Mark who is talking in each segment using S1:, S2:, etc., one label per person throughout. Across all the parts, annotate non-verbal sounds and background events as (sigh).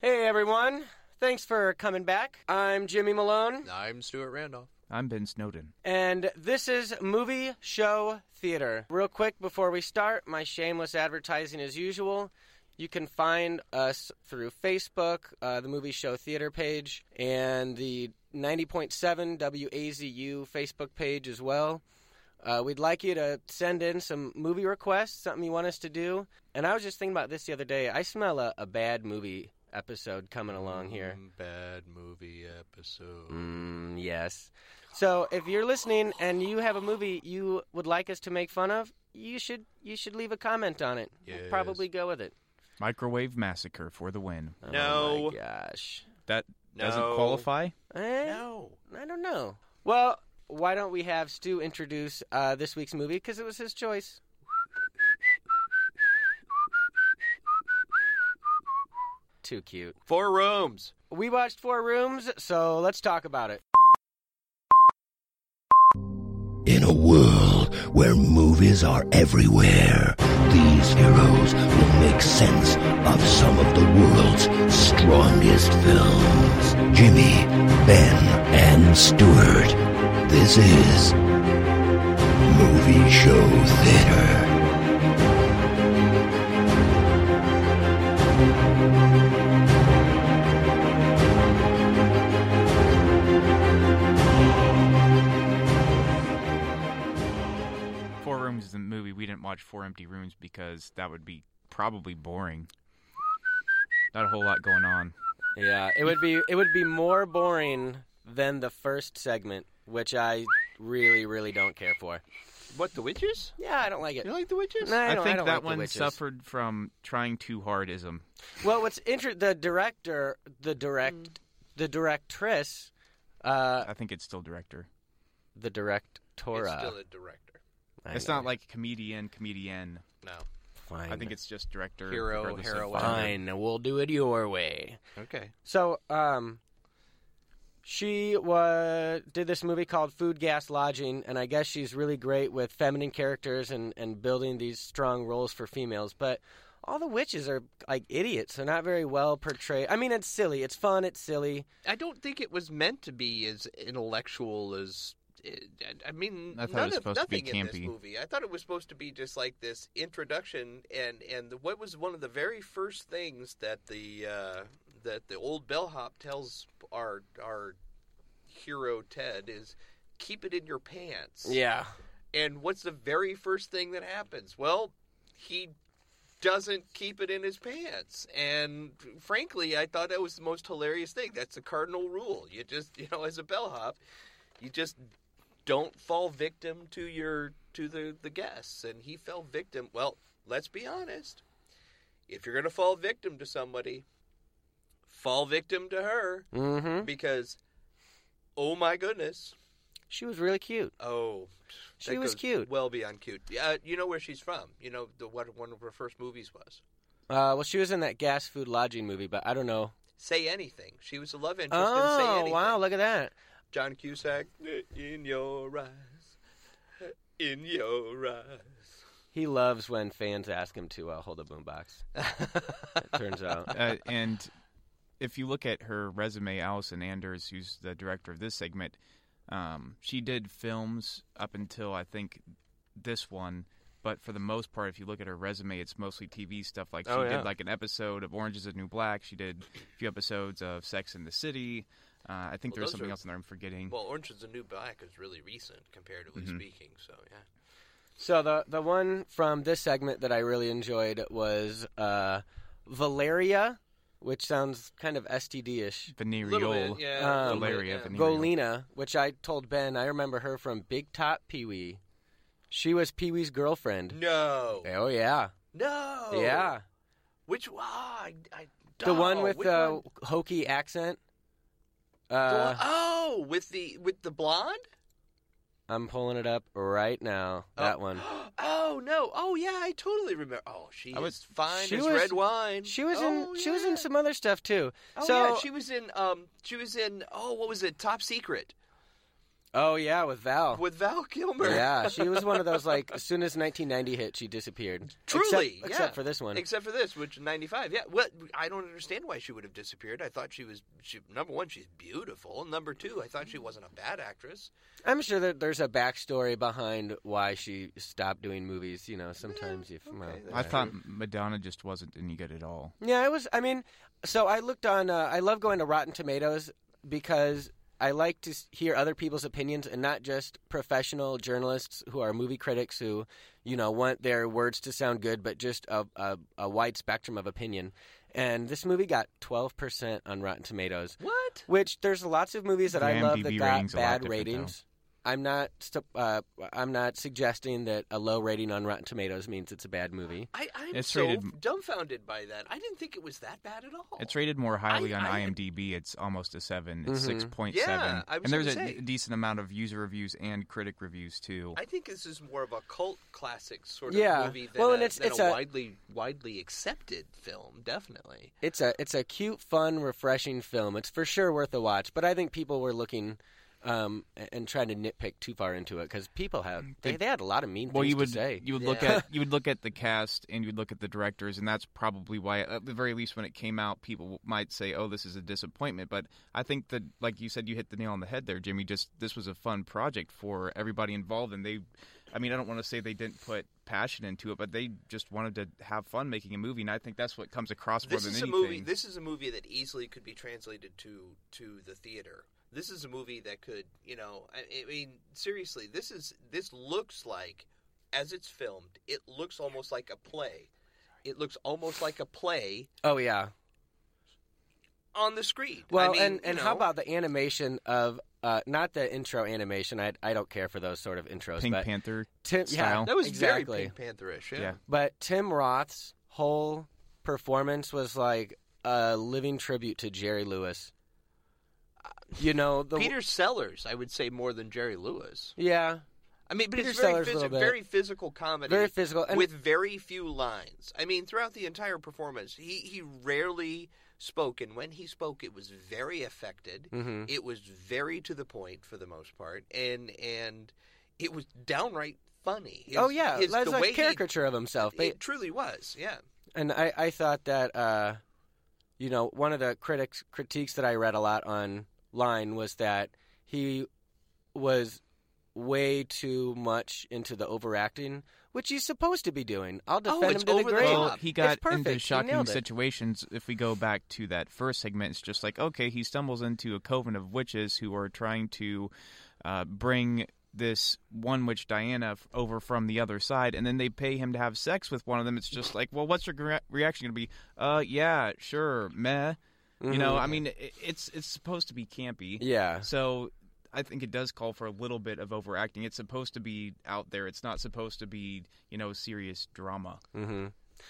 S1: Hey everyone, thanks for coming back. I'm Jimmy Malone,
S2: I'm Stuart Randolph.
S3: I'm Ben Snowden.
S1: and this is Movie Show Theater. Real quick before we start, my shameless advertising as usual. You can find us through Facebook, uh, the Movie Show Theater page, and the 90.7 WAZU Facebook page as well. Uh, we'd like you to send in some movie requests, something you want us to do. And I was just thinking about this the other day. I smell a, a bad movie episode coming along here.
S2: Mm, Bad movie episode.
S1: Mm, yes. So if you're listening and you have a movie you would like us to make fun of, you should you should leave a comment on it. We'll
S2: Yes.
S1: probably go with it.
S3: Microwave Massacre for the win.
S2: No.
S1: Oh my gosh.
S3: That doesn't
S2: No.
S3: qualify?
S1: Eh,
S2: No.
S1: I don't know. Well, why don't we have Stu introduce uh, this week's movie because it was his choice. Too cute.
S2: Four rooms.
S1: We watched Four Rooms, so let's talk about it.
S4: In a world where movies are everywhere, these heroes will make sense of some of the world's strongest films. Jimmy, Ben, and Stuart. This is Movie Show Theater.
S3: Four Rooms is a movie. We didn't watch Four Empty Rooms because that would be probably boring. Not a whole lot going on.
S1: Yeah, it would be it would be more boring than the first segment, which I really really don't care for.
S2: What, The Witches?
S1: Yeah, I don't like it.
S2: You like The Witches?
S1: No, I,
S3: I
S1: don't,
S3: think
S1: I don't
S3: that
S1: like the
S3: one
S1: witches.
S3: suffered from trying too hardism.
S1: Well, what's inter- the director, the direct, the directress, uh,
S3: I think it's still director.
S1: the directora.
S2: It's still a director.
S1: I
S3: it's
S1: know.
S3: not like comedian, comedienne.
S2: No.
S1: Fine.
S3: I think it's just director.
S2: Hero,
S3: regardless of
S2: heroine.
S3: genre.
S1: fine. We'll do it your way.
S2: Okay.
S1: So, um, she was did this movie called Food, Gas, Lodging, and I guess she's really great with feminine characters and and building these strong roles for females, but. All the witches are like idiots. They're not very well portrayed. I mean, it's silly. It's fun. It's silly.
S2: I don't think it was meant to be as intellectual as. I- I mean,
S3: I thought it
S2: none
S3: was
S2: of,
S3: supposed to be
S2: nothing in this
S3: campy.
S2: movie. I thought it was supposed to be just like this introduction, and and the, what was one of the very first things that the uh, that the old bellhop tells our our hero Ted is keep it in your pants.
S1: Yeah.
S2: And what's the very first thing that happens? Well, he doesn't keep it in his pants. And frankly, I thought that was the most hilarious thing. That's the cardinal rule. You just, you know, as a bellhop, you just don't fall victim to your to the the guests. And he fell victim. Well, let's be honest. If you're going to fall victim to somebody, fall victim to her
S1: Mm-hmm.
S2: because oh my goodness.
S1: She was really cute.
S2: Oh,
S1: She
S2: that
S1: was
S2: goes
S1: cute.
S2: Well beyond cute. Uh, you know where she's from. You know the what one of her first movies was.
S1: Uh, well, she was in that gas food lodging movie, but I don't know.
S2: Say anything. She was the love interest in Say
S1: Oh
S2: Anything.
S1: wow, look at that!
S2: John Cusack. eh, In your eyes, eh, in your eyes.
S1: He loves when fans ask him to uh, hold a boombox. (laughs) It turns out,
S3: uh, and if you look at her resume, Allison Anders, who's the director of this segment, um, she did films up until I think this one. But for the most part, if you look at her resume, it's mostly TV stuff. Like she
S1: Oh, yeah.
S3: did like an episode of Orange Is the New Black. She did a few episodes of Sex in the City. Uh, I think
S2: Well,
S3: there
S2: those
S3: was something
S2: are-
S3: else in there I'm forgetting.
S2: well, Orange Is the New Black is really recent, comparatively speaking. So yeah.
S1: so the the one from this segment that I really enjoyed was uh, Valeria, which sounds kind of STD ish.
S3: Venereal.
S2: yeah.
S1: Um,
S3: Valeria
S2: yeah.
S3: Venereal.
S1: Golina, which I told Ben, I remember her from Big Top Pee Wee. She was Pee Wee's girlfriend.
S2: No,
S1: Oh yeah,
S2: no.
S1: yeah.
S2: Which ah, I, I,
S1: The one
S2: oh,
S1: with
S2: which
S1: the
S2: one?
S1: hokey accent.
S2: The
S1: Uh,
S2: one- oh, with the with the blonde.
S1: I'm pulling it up right now. That
S2: Oh.
S1: one.
S2: (gasps) Oh no! Oh yeah, I totally remember. Oh, she
S3: I
S2: was
S3: was-
S2: fine
S1: she
S2: as
S1: was-
S2: red wine.
S1: She was
S2: Oh,
S1: in. She was in
S2: yeah.
S1: some other stuff too.
S2: Oh
S1: so
S2: yeah, she was in. Um, she was in. Oh, what was it? Top Secret.
S1: Oh yeah, with Val.
S2: with Val Kilmer.
S1: yeah, she was one of those like as soon as 1990 hit, she disappeared.
S2: (laughs) Truly,
S1: except,
S2: yeah.
S1: except for this one.
S2: Except for this, which ninety five. Yeah. Well, I don't understand why she would have disappeared. I thought she was she, number one. She's beautiful. And number two, I thought she wasn't a bad actress.
S1: I'm sure that there's a backstory behind why she stopped doing movies. You know, sometimes if well,
S2: that's
S3: I
S1: yeah.
S3: thought Madonna just wasn't any good at all.
S1: Yeah, it was. I mean, so I looked on. Uh, I love going to Rotten Tomatoes because I like to s- hear other people's opinions and not just professional journalists who are movie critics who, you know, want their words to sound good, but just a, a, a wide spectrum of opinion. And this movie got 12% on Rotten Tomatoes,
S2: What?
S1: which there's lots of movies that
S3: The
S1: I love
S3: IMDb
S1: that got
S3: rating's a lot
S1: bad
S3: different, though.
S1: ratings. I'm not. stu- Uh, I'm not suggesting that a low rating on Rotten Tomatoes means it's a bad movie.
S2: I, I'm
S3: It's
S2: so
S3: rated-
S2: dumbfounded by that. I didn't think it was that bad at all.
S3: It's rated more highly
S2: I-
S3: on
S2: I-
S3: IMDb. It's almost a seven. It's
S1: Mhm.
S3: six point
S2: Yeah,
S3: seven,
S2: I was
S3: and there's a
S2: gonna say.
S3: d- decent amount of user reviews and critic reviews too.
S2: I think this is more of a cult classic sort of
S1: Yeah.
S2: movie than,
S1: Well,
S2: a,
S1: and it's-
S2: than
S1: it's
S2: a,
S1: a-
S2: widely widely accepted film. Definitely.
S1: It's a it's a cute, fun, refreshing film. It's for sure worth a watch. But I think people were looking um, a- and trying to nitpick too far into it because people have they, they had a lot of mean
S3: Mm, well,
S1: things
S3: you would
S1: to say.
S3: you would look
S2: Yeah.
S3: at you would look at the cast and you would look at the directors, and that's probably why, at the very least, when it came out, people might say, "Oh, this is a disappointment." But I think that, like you said, you hit the nail on the head there, Jimmy. Just this was a fun project for everybody involved, and they, I mean, I don't want to say they didn't put passion into it, but they just wanted to have fun making a movie, and I think that's what comes across more
S2: This
S3: than
S2: is a
S3: anything.
S2: movie. This is a movie that easily could be translated to to the theater. This is a movie that could, you know, I, I mean, seriously, this is this looks like, as it's filmed, it looks almost like a play. It looks almost like a play
S1: oh yeah.
S2: on the screen. I
S1: Well,
S2: mean,
S1: and
S2: you
S1: and how
S2: know,
S1: about the animation of uh, not the intro animation? I I don't care for those sort of intros.
S3: Pink
S1: but
S3: Panther
S1: Tim,
S3: style.
S1: Yeah,
S2: that was
S1: exactly.
S2: very Pink Pantherish. Yeah.
S3: Yeah.
S1: But Tim Roth's whole performance was like a living tribute to Jerry Lewis. You know the
S2: Peter Sellers, I would say more than Jerry Lewis.
S1: yeah.
S2: I mean, but
S1: Peter
S2: it's very,
S1: Sellers a
S2: phys-
S1: little bit.
S2: very physical comedy,
S1: Very physical, and-
S2: with very few lines. I mean, throughout the entire performance, he he rarely spoke, and when he spoke, it was very affected.
S1: Mhm.
S2: It was very to the point for the most part, and and it was downright funny. His-
S1: oh yeah,
S2: his-
S1: that's
S2: the
S1: like
S2: way he-
S1: caricature of himself. But
S2: it truly was, yeah.
S1: and I, I thought that uh, you know one of the critics critiques that I read a lot online was that he was way too much into the overacting, which he's supposed to be doing. I'll defend him
S2: Oh, it's
S1: to the
S2: over the
S1: grave.
S2: top.
S3: Well, he got
S1: it's perfect.
S3: into
S1: he
S3: shocking
S1: nailed it.
S3: situations. If we go back to that first segment, it's just like, okay, he stumbles into a coven of witches who are trying to uh, bring this one witch, Diana, f- over from the other side, and then they pay him to have sex with one of them. It's just like, well, what's your gre- reaction going to be? Uh, yeah, sure, meh. You know, I mean, i it's it's supposed to be campy.
S1: Yeah.
S3: So I think it does call for a little bit of overacting. It's supposed to be out there. It's not supposed to be, you know, serious drama.
S1: Mm-hmm.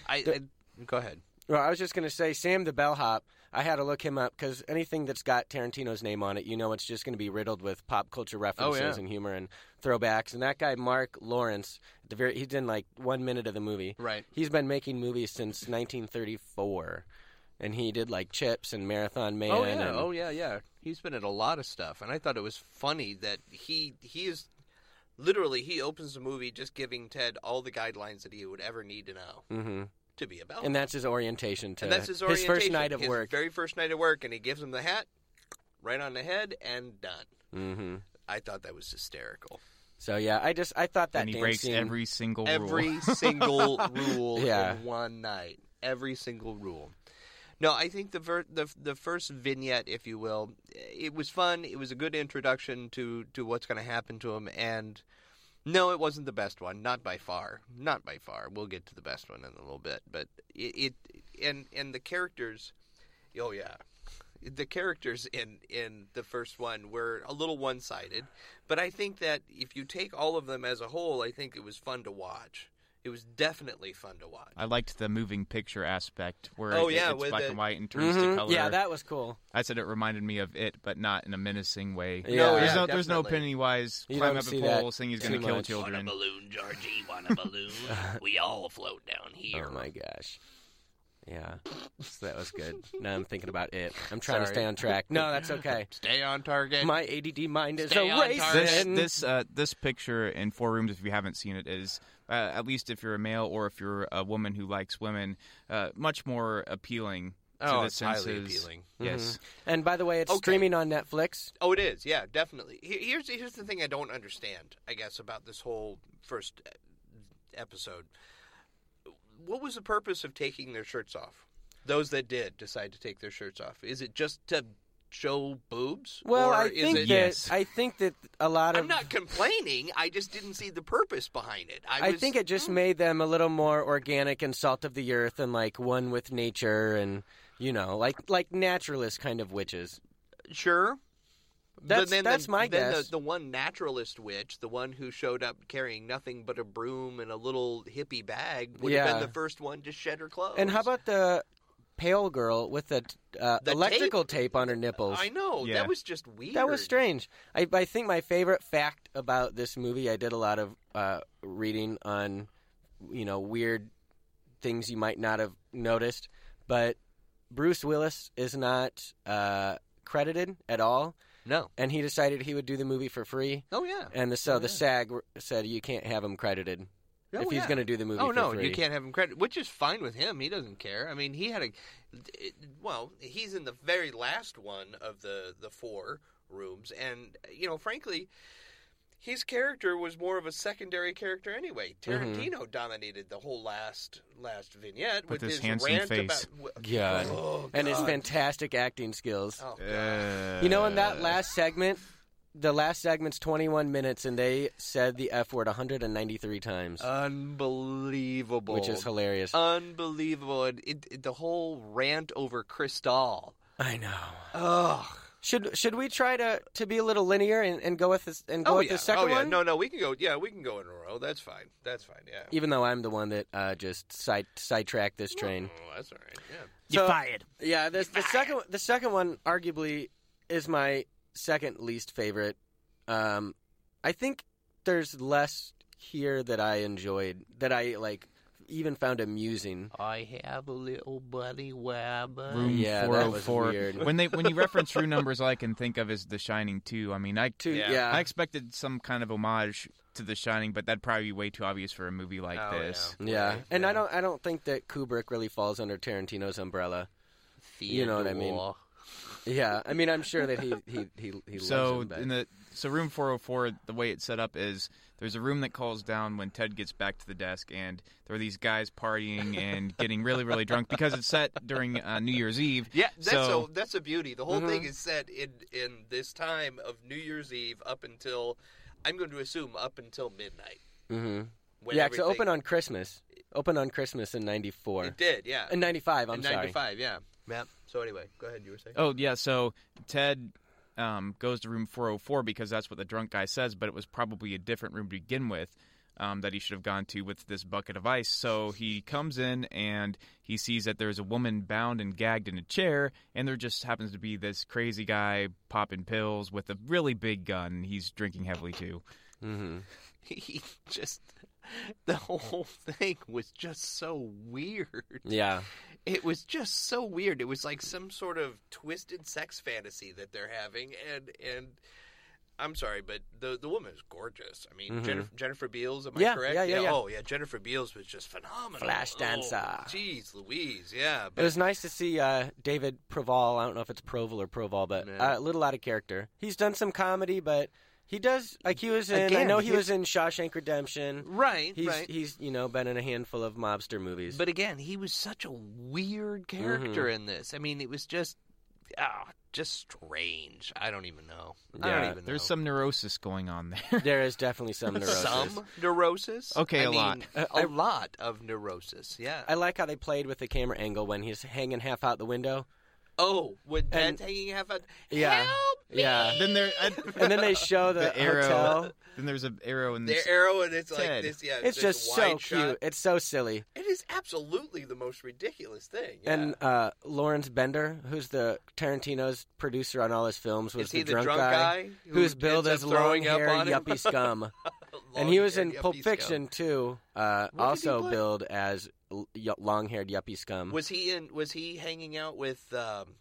S2: I,
S1: The-
S2: I- go ahead.
S1: Well, I was just going to say Sam the Bellhop. I had to look him up because anything that's got Tarantino's name on it, you know, it's just going to be riddled with pop culture references
S2: Oh, yeah.
S1: and humor and throwbacks. And that guy, Mark Lawrence, at the very he's in like one minute of the movie.
S2: Right.
S1: He's been making movies since 1934, and he did like Chips and Marathon Man.
S2: Oh yeah,
S1: and-
S2: oh yeah, yeah. He's been in a lot of stuff, and I thought it was funny that he he is literally he opens the movie just giving Ted all the guidelines that he would ever need to know
S1: Mhm.
S2: to be about.
S1: And that's his orientation to
S2: And that's his,
S1: first
S2: orientation,
S1: night of
S2: his
S1: work.
S2: very first night of work, and he gives him the hat right on the head and done.
S1: hmm
S2: I thought that was hysterical.
S1: So yeah, I just I thought that
S3: and he
S1: dance
S3: breaks
S1: scene-
S3: every single rule.
S2: Every
S3: (laughs)
S2: single rule
S1: Yeah.
S2: in one night. Every single rule. No, I think the, ver- the the first vignette, if you will, it was fun. It was a good introduction to to what's going to happen to him, and no, it wasn't the best one, not by far, not by far. We'll get to the best one in a little bit, but it, it and and the characters, oh yeah, the characters in in the first one were a little one sided, but I think that if you take all of them as a whole, I think it was fun to watch. It was definitely fun to watch.
S3: I liked the moving picture aspect where
S2: Oh,
S3: it-
S2: yeah,
S3: it's
S2: with
S3: black
S2: the-
S3: and white and turns to
S1: Mhm.
S3: color.
S1: Yeah, that was cool.
S3: I said it reminded me of it, but not in a menacing way.
S1: Yeah. No,
S3: there's
S1: yeah,
S3: no there's no
S2: definitely.
S3: Pennywise
S1: You
S3: climb
S1: don't
S3: up a
S1: see that
S3: pole saying he's
S1: too
S3: going to kill
S1: much.
S3: children.
S2: balloon, Georgie? Want a balloon? we all float down here.
S1: Oh my gosh. Yeah. So that was good. Now I'm thinking about it. I'm trying to
S2: Sorry.
S1: stay on track. No, that's okay.
S2: (laughs) Stay on target.
S1: My ADD mind is
S2: Stay
S1: a
S2: on target.
S3: This
S1: racing.
S3: this uh, this picture in four rooms, if you haven't seen it, is uh, at least if you're a male or if you're a woman who likes women, uh, much more appealing. to
S2: oh,
S3: the
S2: it's highly
S3: senses.
S2: appealing.
S3: Yes,
S1: And by the way, it's
S2: Okay.
S1: streaming on Netflix.
S2: Oh, it is. Yeah, definitely. Here- Here's here's the thing I don't understand. I guess about this whole first uh, episode. What was the purpose of taking their shirts off? Those that did decide to take their shirts off. Is it just to show boobs?
S1: Well,
S2: or
S1: I
S2: is
S1: think
S2: it...
S1: that
S3: Yes.
S1: I think that a lot of
S2: I'm not complaining. I just didn't see the purpose behind it. I,
S1: I
S2: was-
S1: think it just made them a little more organic and salt of the earth and like one with nature and you know like like naturalist kind of witches.
S2: Sure.
S1: That's-
S2: then
S1: that's
S2: the,
S1: my
S2: then
S1: guess.
S2: The, the one naturalist witch, the one who showed up carrying nothing but a broom and a little hippie bag, would have
S1: Yeah.
S2: been the first one to shed her clothes.
S1: And how about the pale girl with the, uh,
S2: The
S1: electrical tape? on her nipples?
S2: I know
S3: Yeah.
S2: that was just weird.
S1: That was strange. I, I think my favorite fact about this movie, I did a lot of uh, reading on, you know, weird things you might not have noticed, but Bruce Willis is not uh, credited at all,
S2: No.
S1: and he decided he would do the movie for free.
S2: Oh yeah.
S1: And the, so the
S2: Yeah.
S1: SAG r- said you can't have him credited
S2: Oh,
S1: if he's
S2: yeah.
S1: going to do the movie.
S2: Oh
S1: for
S2: no,
S1: free.
S2: you can't have him credit, which is fine with him. He doesn't care. I mean, he had a it- well, he's in the very last one of the the four rooms, and you know, frankly, his character was more of a secondary character anyway.
S1: Mhm.
S2: Tarantino dominated the whole last last vignette
S3: With his
S2: his
S3: handsome
S2: rant
S3: face.
S2: about
S1: God.
S2: Oh,
S1: And his
S2: God.
S1: fantastic acting skills.
S2: Oh, God.
S3: Uh,
S1: Mm-hmm. You know, in that last segment, the last segment's 21 minutes, and they said the F word 193 times,
S2: unbelievable,
S1: which is hilarious.
S2: unbelievable. And it, it- the whole rant over Cristal.
S1: I know.
S2: Ugh.
S1: Should should we try to, to be a little linear and, and go with this and go
S2: Oh
S1: with
S2: yeah.
S1: the second
S2: oh yeah.
S1: one?
S2: No, no, we can go. Yeah, we can go in a row. That's fine. That's fine. Yeah.
S1: Even though I'm the one that uh, just side sidetracked this train.
S2: Oh, that's all right. Yeah.
S1: You're fired. Yeah, this, the second the second one arguably is my second least favorite. Um, I think there's less here that I enjoyed that I like even found amusing.
S2: I have a little buddy wabba.
S3: Uh, room
S1: Yeah, that
S3: four
S1: was
S3: hundred four.
S1: weird.
S3: When they when you reference room numbers, all I can think of is The Shining Two. I mean, I
S1: Two,
S2: Yeah.
S1: yeah.
S3: I expected some kind of homage to The Shining, but that'd probably be way too obvious for a movie like
S2: Oh,
S3: this.
S1: Yeah,
S2: Right,
S1: and I
S2: yeah.
S1: don't, I don't think that Kubrick really falls under Tarantino's umbrella. You know what I mean. Yeah, I mean, I'm sure that he he he, he
S3: So
S1: loves him, but-
S3: in the so room 404, the way it's set up is there's a room that calls down when Ted gets back to the desk, and there are these guys partying and getting really really drunk because it's set during uh, New Year's
S1: (laughs)
S3: Eve.
S2: Yeah, that's
S3: So-
S2: a, that's a beauty. The whole
S1: mm-hmm.
S2: thing is set in in this time of New Year's Eve up until I'm going to assume up until midnight.
S1: Mhm.
S2: When
S1: yeah, so
S2: everything-
S1: open on Christmas, open on Christmas in '94,
S2: It did, yeah.
S1: in '95. I'm
S2: in
S1: sorry.
S2: 95, yeah. Yep. So anyway, go ahead. You were saying.
S3: Oh yeah, so Ted um, goes to room 404 because that's what the drunk guy says, but it was probably a different room to begin with um, that he should have gone to with this bucket of ice. So he comes in and he sees that there's a woman bound and gagged in a chair, and there just happens to be this crazy guy popping pills with a really big gun. He's drinking heavily too.
S1: hmm
S2: (laughs) he just the whole thing was just so weird.
S1: Yeah,
S2: It was just so weird. It was like some sort of twisted sex fantasy that they're having, and and I'm sorry, but the the woman is gorgeous. I mean,
S1: Mhm.
S2: Jennifer, Jennifer Beals. Am
S1: Yeah,
S2: I correct?
S1: yeah, yeah, uh, yeah.
S2: Oh yeah, Jennifer Beals was just phenomenal.
S1: Flash
S2: Oh,
S1: dancer.
S2: Jeez, Louise. Yeah,
S1: it
S2: but
S1: was nice to see uh, David Proval. I don't know if it's Proval or Proval, but
S2: Yeah.
S1: uh, a little out of character. He's done some comedy, but he does like he was in. I
S2: Again,
S1: know he
S2: his-
S1: was in Shawshank Redemption.
S2: right,
S1: He's
S2: right.
S1: he's you know been in a handful of mobster movies.
S2: But again, he was such a weird character
S1: Mm-hmm.
S2: in this. I mean, it was just ah, just strange. I don't even know. I
S1: Yeah,
S2: don't even
S3: There's
S2: know.
S3: some neurosis going on there.
S1: there is definitely some neurosis.
S2: (laughs) some neurosis.
S3: Okay,
S2: I
S3: a
S2: mean,
S3: lot.
S2: A
S1: I-
S2: lot of neurosis. Yeah.
S1: I like how they played with the camera angle when he's hanging half out the window.
S2: oh, with
S1: And-
S2: Ted hanging half a
S1: Yeah.
S2: help me.
S1: Yeah.
S3: (laughs) then there, (laughs) I,
S1: And then
S2: (laughs)
S1: they show the,
S3: the arrow.
S1: hotel.
S3: Then there's an arrow in
S2: Their
S3: this.
S2: arrow and it's like
S3: Ted.
S2: this. Yeah,
S1: It's
S2: this
S1: just
S2: wide
S1: so
S2: shot.
S1: cute. It's so silly.
S2: It is absolutely the most ridiculous thing. yeah.
S1: And uh, Lawrence Bender, who's the Tarantino's producer on all his films, was
S2: is he
S1: the drunk,
S2: guy, who
S1: who's billed
S2: ends
S1: as
S2: up throwing up
S1: long-haired
S2: on him? (laughs)
S1: yuppie scum. and
S2: Long
S1: he was
S2: hair
S1: in Pulp
S2: yuppie scum.
S1: Fiction too, uh,
S2: What did he
S1: also
S2: play?
S1: billed as l- y- long-haired yuppie scum.
S2: Was he in? Was he hanging out with? Um,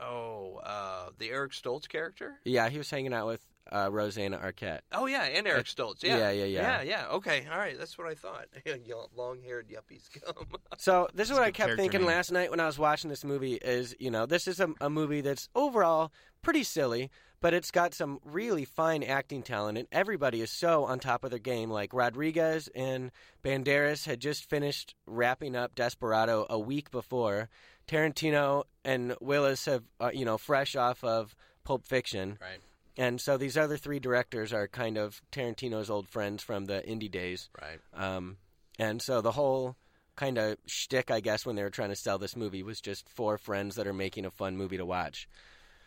S2: oh, uh, the Eric Stoltz character.
S1: yeah, he was hanging out with uh, Rosanna Arquette.
S2: Oh yeah, and Eric Stoltz. Yeah.
S1: yeah, yeah, yeah.
S2: yeah, Okay, all right. That's what I thought. (laughs) Long-haired yuppies come.
S1: So this is
S3: That's
S1: what
S3: a
S1: I
S3: good
S1: kept
S3: character
S1: thinking
S3: name.
S1: last night when I was watching this movie is, you know, this is a, a movie that's overall pretty silly, but it's got some really fine acting talent, and everybody is so on top of their game. Like Rodriguez and Banderas had just finished wrapping up Desperado a week before. Tarantino and Willis have, uh, you know, fresh off of Pulp Fiction.
S2: right.
S1: And so these other three directors are kind of Tarantino's old friends from the indie days.
S2: Right.
S1: Um, and so the whole kind of shtick, I guess, when they were trying to sell this movie was just four friends that are making a fun movie to watch.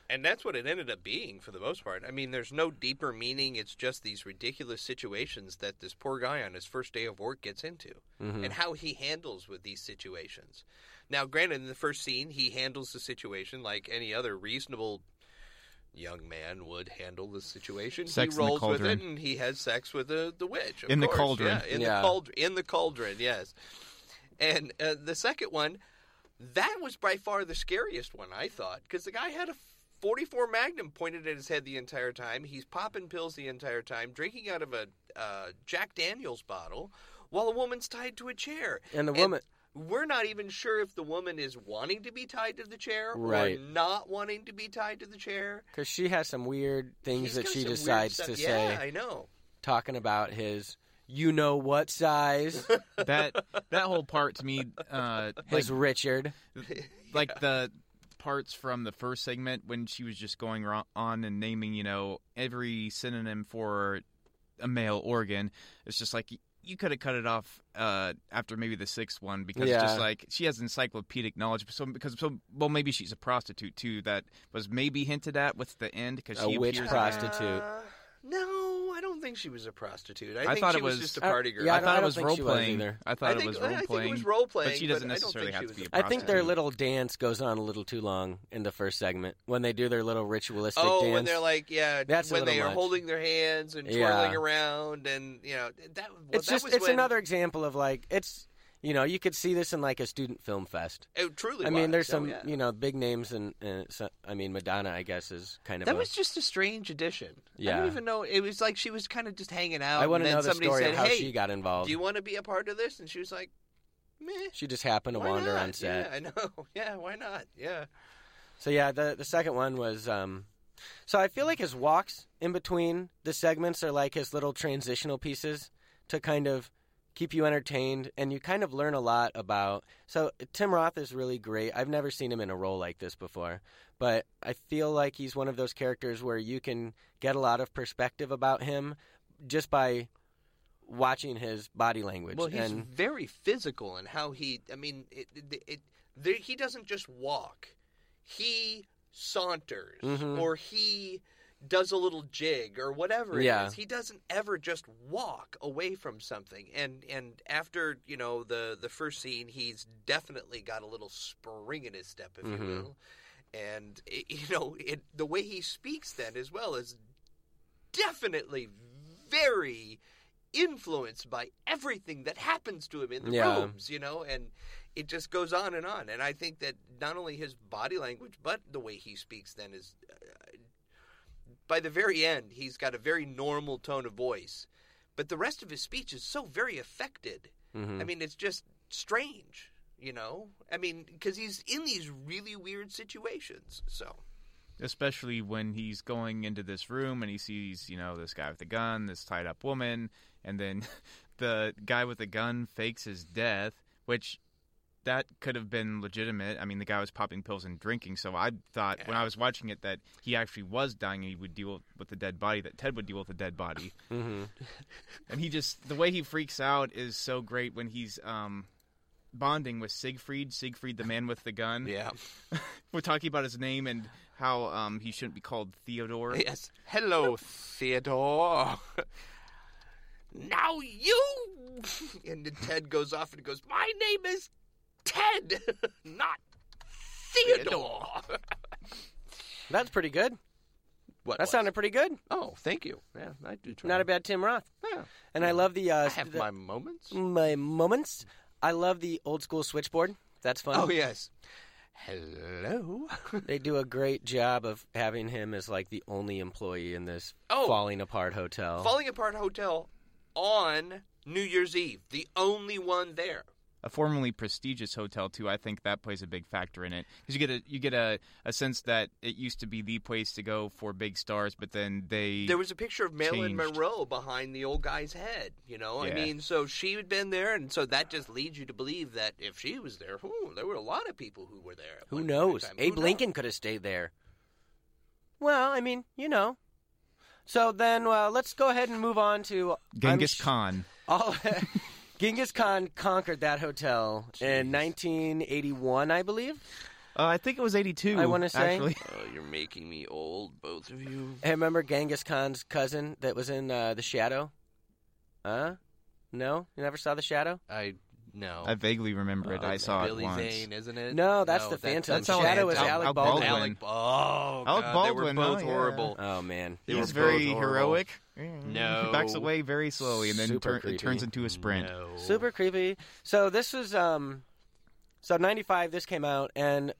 S2: And that's what it ended up being for the most part. I mean, there's no deeper meaning. It's just these ridiculous situations that this poor guy on his first day of work gets into
S3: Mm-hmm.
S2: and how he handles with these situations. Now, granted, in the first scene, he handles the situation like any other reasonable young man would handle the situation.
S3: Sex in
S2: he
S3: the
S2: rolls with it
S3: cauldron.
S2: and he has sex with the, the witch. of
S3: In the
S2: course.
S3: cauldron.
S2: Yeah, in,
S1: Yeah.
S2: The cauldron, in the cauldron, yes. And uh, the second one, that was by far the scariest one I thought because the guy had a 44 Magnum pointed at his head the entire time. He's popping pills the entire time, drinking out of a uh, Jack Daniels bottle, while a woman's tied to a chair.
S1: And the woman-
S2: We're not even sure if the woman is wanting to be tied to the chair
S1: Right.
S2: or not wanting to be tied to the chair.
S1: Because she has some weird things
S2: He's
S1: that
S2: got
S1: she
S2: some weird
S1: decides
S2: stuff.
S1: to
S2: Yeah,
S1: say,
S2: I know. (laughs)
S1: talking about his you know what size,
S3: (laughs)
S2: (laughs)
S3: that that whole part to me, uh, like
S1: his Richard.
S3: like the parts from the first segment when she was just going ro- on and naming, you know, every synonym for a male organ. It's just like y- you could have cut it off uh, after maybe the sixth one because it's just
S1: Yeah.
S3: like she has encyclopedic knowledge. So because so well, maybe she's a prostitute too. That was maybe hinted at with the end because
S1: A
S3: she
S1: witch
S3: appears-
S1: prostitute.
S2: Uh, no, I don't think she was a prostitute. I, think
S3: thought
S2: she
S3: it
S2: was, uh,
S3: was-
S2: just a
S1: I-
S2: party girl.
S1: yeah,
S3: I,
S1: I don't-
S3: thought
S1: I
S3: it
S1: don't
S3: was
S1: think
S3: role
S1: she was
S3: playing.
S1: either.
S3: I thought
S2: I think,
S3: it was
S2: I
S3: role
S2: think
S3: playing.
S2: it was role playing.
S3: but she doesn't
S2: I don't
S3: necessarily
S2: think
S3: have
S2: she
S3: to
S2: was
S3: be
S2: a
S3: a
S1: I think they're a
S3: Prostitute.
S1: little dance goes on a little too long in the first segment when they do their little ritualistic
S2: Oh,
S1: dance.
S2: when they're like, yeah,
S1: That's a
S2: when they
S1: little
S2: are
S1: much.
S2: holding their hands and
S1: Yeah.
S2: twirling around, and you know that. Well,
S1: it's
S2: that
S1: just
S2: was
S1: it's
S2: when-
S1: another example of like it's you know you could see this in like a student film fest.
S2: It truly.
S1: I mean,
S2: was.
S1: there's
S2: Oh,
S1: some
S2: yeah.
S1: you know big names, and uh, so, I mean Madonna, I guess, is kind of
S2: That
S1: a-
S2: was just a strange addition. I
S1: Yeah.
S2: don't even know. It was like she was kind of just hanging out.
S1: I want
S2: and
S1: to
S2: then
S1: know the
S2: somebody
S1: story
S2: said,
S1: of how
S2: "Hey,
S1: she got involved.
S2: do you want to be a part of this?" And she was like, "Meh."
S1: she just happened to
S2: why
S1: wander
S2: not?
S1: on set.
S2: Yeah, I know. (laughs) Yeah, why not? Yeah.
S1: So yeah, the the second one was. Um, so I feel like his walks in between the segments are like his little transitional pieces to kind of keep you entertained, and you kind of learn a lot about. So Tim Roth is really great. I've never seen him in a role like this before, but I feel like he's one of those characters where you can get a lot of perspective about him just by watching his body language.
S2: Well, he's
S1: and
S2: very physical in how he. I mean, it, it, it, there, he doesn't just walk; he saunters,
S1: Mhm.
S2: or he does a little jig, or whatever.
S1: Yeah.
S2: it is. he doesn't ever just walk away from something. And and after you know the the first scene, he's definitely got a little spring in his step, if
S1: Mhm.
S2: you will. And it, (laughs) you know, it, the way he speaks then as well is definitely very influenced by everything that happens to him in the
S1: Yeah.
S2: rooms, you know, and it just goes on and on. And I think that not only his body language, but the way he speaks then is uh, by the very end, he's got a very normal tone of voice. But the rest of his speech is so very affected.
S1: mhm.
S2: I mean, it's just strange, you know? I mean, because he's in these really weird situations. So,
S3: especially when he's going into this room and he sees you know this guy with a gun this tied up woman and then (laughs) the guy with the gun fakes his death which that could have been legitimate i mean the guy was popping pills and drinking so i thought when i was watching it that he actually was dying and he would deal with the dead body that ted would deal with the dead body
S1: Mhm.
S3: (laughs) and he just the way he freaks out is so great when he's um bonding with siegfried siegfried the man with the gun
S2: yeah.
S3: we're talking about his name and how um, he shouldn't be called Theodore.
S2: Yes. Hello, Theodore. Now you. (laughs) And then Ted goes off and goes, My name is Ted, (laughs) not Theodore.
S1: that's pretty good.
S2: What?
S1: That
S2: was?
S1: sounded pretty good.
S2: Oh, thank you. Yeah, I do try.
S1: Not a bad Tim Roth.
S2: Yeah.
S1: And I love the. Uh,
S2: I have
S1: the-
S2: my moments.
S1: my moments. I love the old school switchboard. That's fun.
S2: Oh yes. Hello.
S1: They do a great job of having him as like the only employee in this
S2: Oh.
S1: falling apart hotel.
S2: Falling Apart Hotel on New Year's Eve. The only one there.
S3: a formerly prestigious hotel too. I think that plays a big factor in it because you get a you get a, a sense that it used to be the place to go for big stars, but then they
S2: There was a picture of Marilyn
S3: Changed.
S2: Monroe behind the old guy's head. You know, I
S3: Yeah.
S2: mean, so she had been there, and so that just leads you to believe that if she was there, whew, there were a lot of people who were there. at
S1: Who
S2: one point in
S1: knows?
S2: time.
S1: Abe
S2: Who
S1: Lincoln could have stayed there. Well, I mean, you know. So then uh, let's go ahead and move on to I'm
S3: Genghis
S1: sh-
S3: Khan.
S1: All, (laughs) Genghis Khan conquered that hotel in 1981, I believe.
S3: Uh, I think it was eighty two.
S1: I wanna say-
S3: actually.
S2: knows? Oh, you're making me old, both of you.
S1: Hey, remember Genghis Khan's cousin that was in uh, The Shadow? Huh? No? You never saw The Shadow?
S2: I no.
S3: (laughs) I vaguely remember it.
S2: Uh,
S3: I saw
S2: Billy
S3: it once.
S2: Zane, isn't it?
S1: No, that's the Phantom.
S2: that's
S3: Shadow
S2: Phantom.
S3: is Alec
S2: Alec
S3: Baldwin.
S2: Alec- oh,
S3: Alec
S2: God,
S3: Baldwin,
S2: They were both
S3: huh? Yeah.
S2: horrible.
S1: Oh, man.
S2: They were
S3: He's very
S2: both horrible.
S3: heroic.
S2: No.
S3: he backs away very slowly and then
S1: Super
S3: turn,
S1: creepy.
S3: it turns into a sprint.
S2: No.
S1: Super creepy. So this was um so 95 this came out and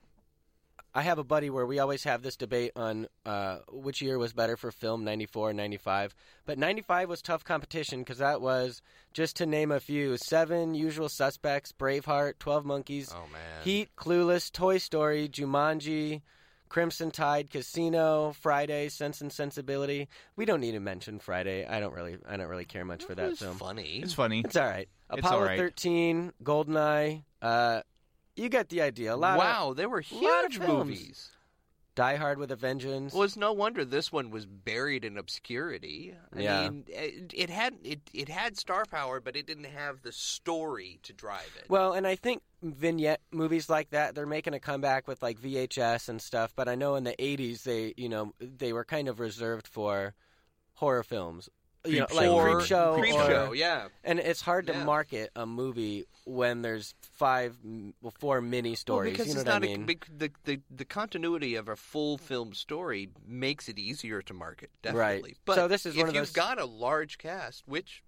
S1: I have a buddy where we always have this debate on uh, which year was better for film 94 and 95. But 95 was tough competition cuz that was just to name a few, 7 usual suspects, Braveheart, 12 Monkeys,
S2: Oh man.
S1: Heat, Clueless, Toy Story, Jumanji, Crimson Tide, Casino, Friday, Sense and Sensibility. We don't need to mention Friday. I don't really I don't really care much for
S2: It
S1: that
S2: was
S1: film.
S2: funny.
S3: It's funny.
S1: It's all right.
S3: It's
S1: Apollo
S3: all right.
S1: 13, GoldenEye. Uh, you get the idea. A lot of
S2: wow, they were
S1: lot of
S2: huge
S1: films.
S2: movies.
S1: Die Hard with a Vengeance.
S2: Well, it's no wonder this one was buried in obscurity. I
S1: Yeah.
S2: mean, it, it had it, it had star power, but it didn't have the story to drive it.
S1: Well, and I think vignette movies like that, they're making a comeback with like VHS and stuff, but I know in the 80s they, you know, they were kind of reserved for horror films. You know,
S3: Creepshow.
S1: like
S2: Or-
S1: Creep Show.
S2: Creepshow,
S1: or-
S2: yeah.
S1: And it's hard to
S2: Yeah.
S1: market a movie when there's five, m- well, four mini
S2: Well,
S1: stories.
S2: because
S1: you know
S2: it's
S1: what
S2: not
S1: I mean?
S2: a, bec- the, the the continuity of a full film story makes it easier to market, definitely. But
S1: So this is
S2: if
S1: one of
S2: you've
S1: those-
S2: got a large cast, which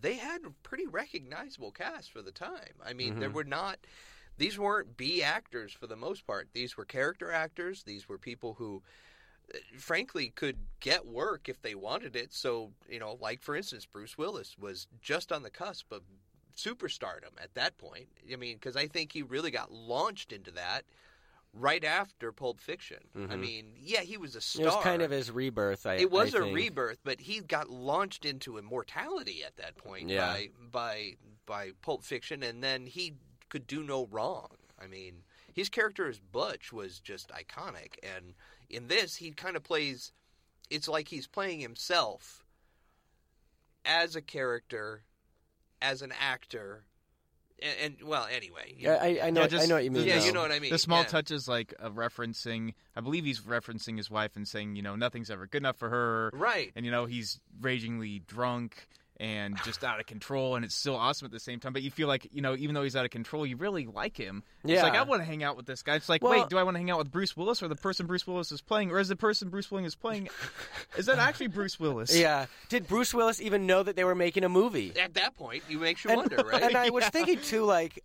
S2: they had a pretty recognizable cast for the time. I mean,
S1: Mm-hmm.
S2: there were not these weren't B actors for the most part. These were character actors. These were people who uh, frankly could get work if they wanted it so you know like for instance bruce willis was just on the cusp of superstardom at that point i mean because i think he really got launched into that right after pulp fiction i mean yeah he was a star
S1: Mm-hmm. It was kind of his rebirth. I,
S2: it was
S1: I
S2: a
S1: think.
S2: rebirth, but he got launched into immortality at that point
S1: Yeah.
S2: by by by Pulp Fiction, and then he could do no wrong. I mean, his character as Butch was just iconic, and in this, he kind of plays. It's like he's playing himself as a character, as an actor, and, and well, anyway, you
S1: Yeah, I, I know.
S3: Yeah, just-
S1: I know what you mean.
S2: Yeah,
S1: though.
S2: you know what I mean,
S3: The small
S2: yeah.
S3: touches like a referencing. I believe he's referencing his wife and saying, you know, nothing's ever good enough for her.
S2: right?
S3: and you know he's ragingly drunk and just out of control and it's still awesome at the same time but you feel like you know even though he's out of control you really like him it's like
S1: Yeah.
S3: i want to hang out with this guy it's like
S1: Well-
S3: wait do i want to hang out with bruce willis or the person bruce willis is playing or is the person bruce willis
S1: (laughs)
S3: is playing is that actually bruce willis
S1: Yeah. Did Bruce Willis even know that they were making a movie?
S2: At that point, you makes
S1: (laughs)
S2: you
S1: And,
S2: wonder, (laughs) right?
S1: and I was thinking too, like,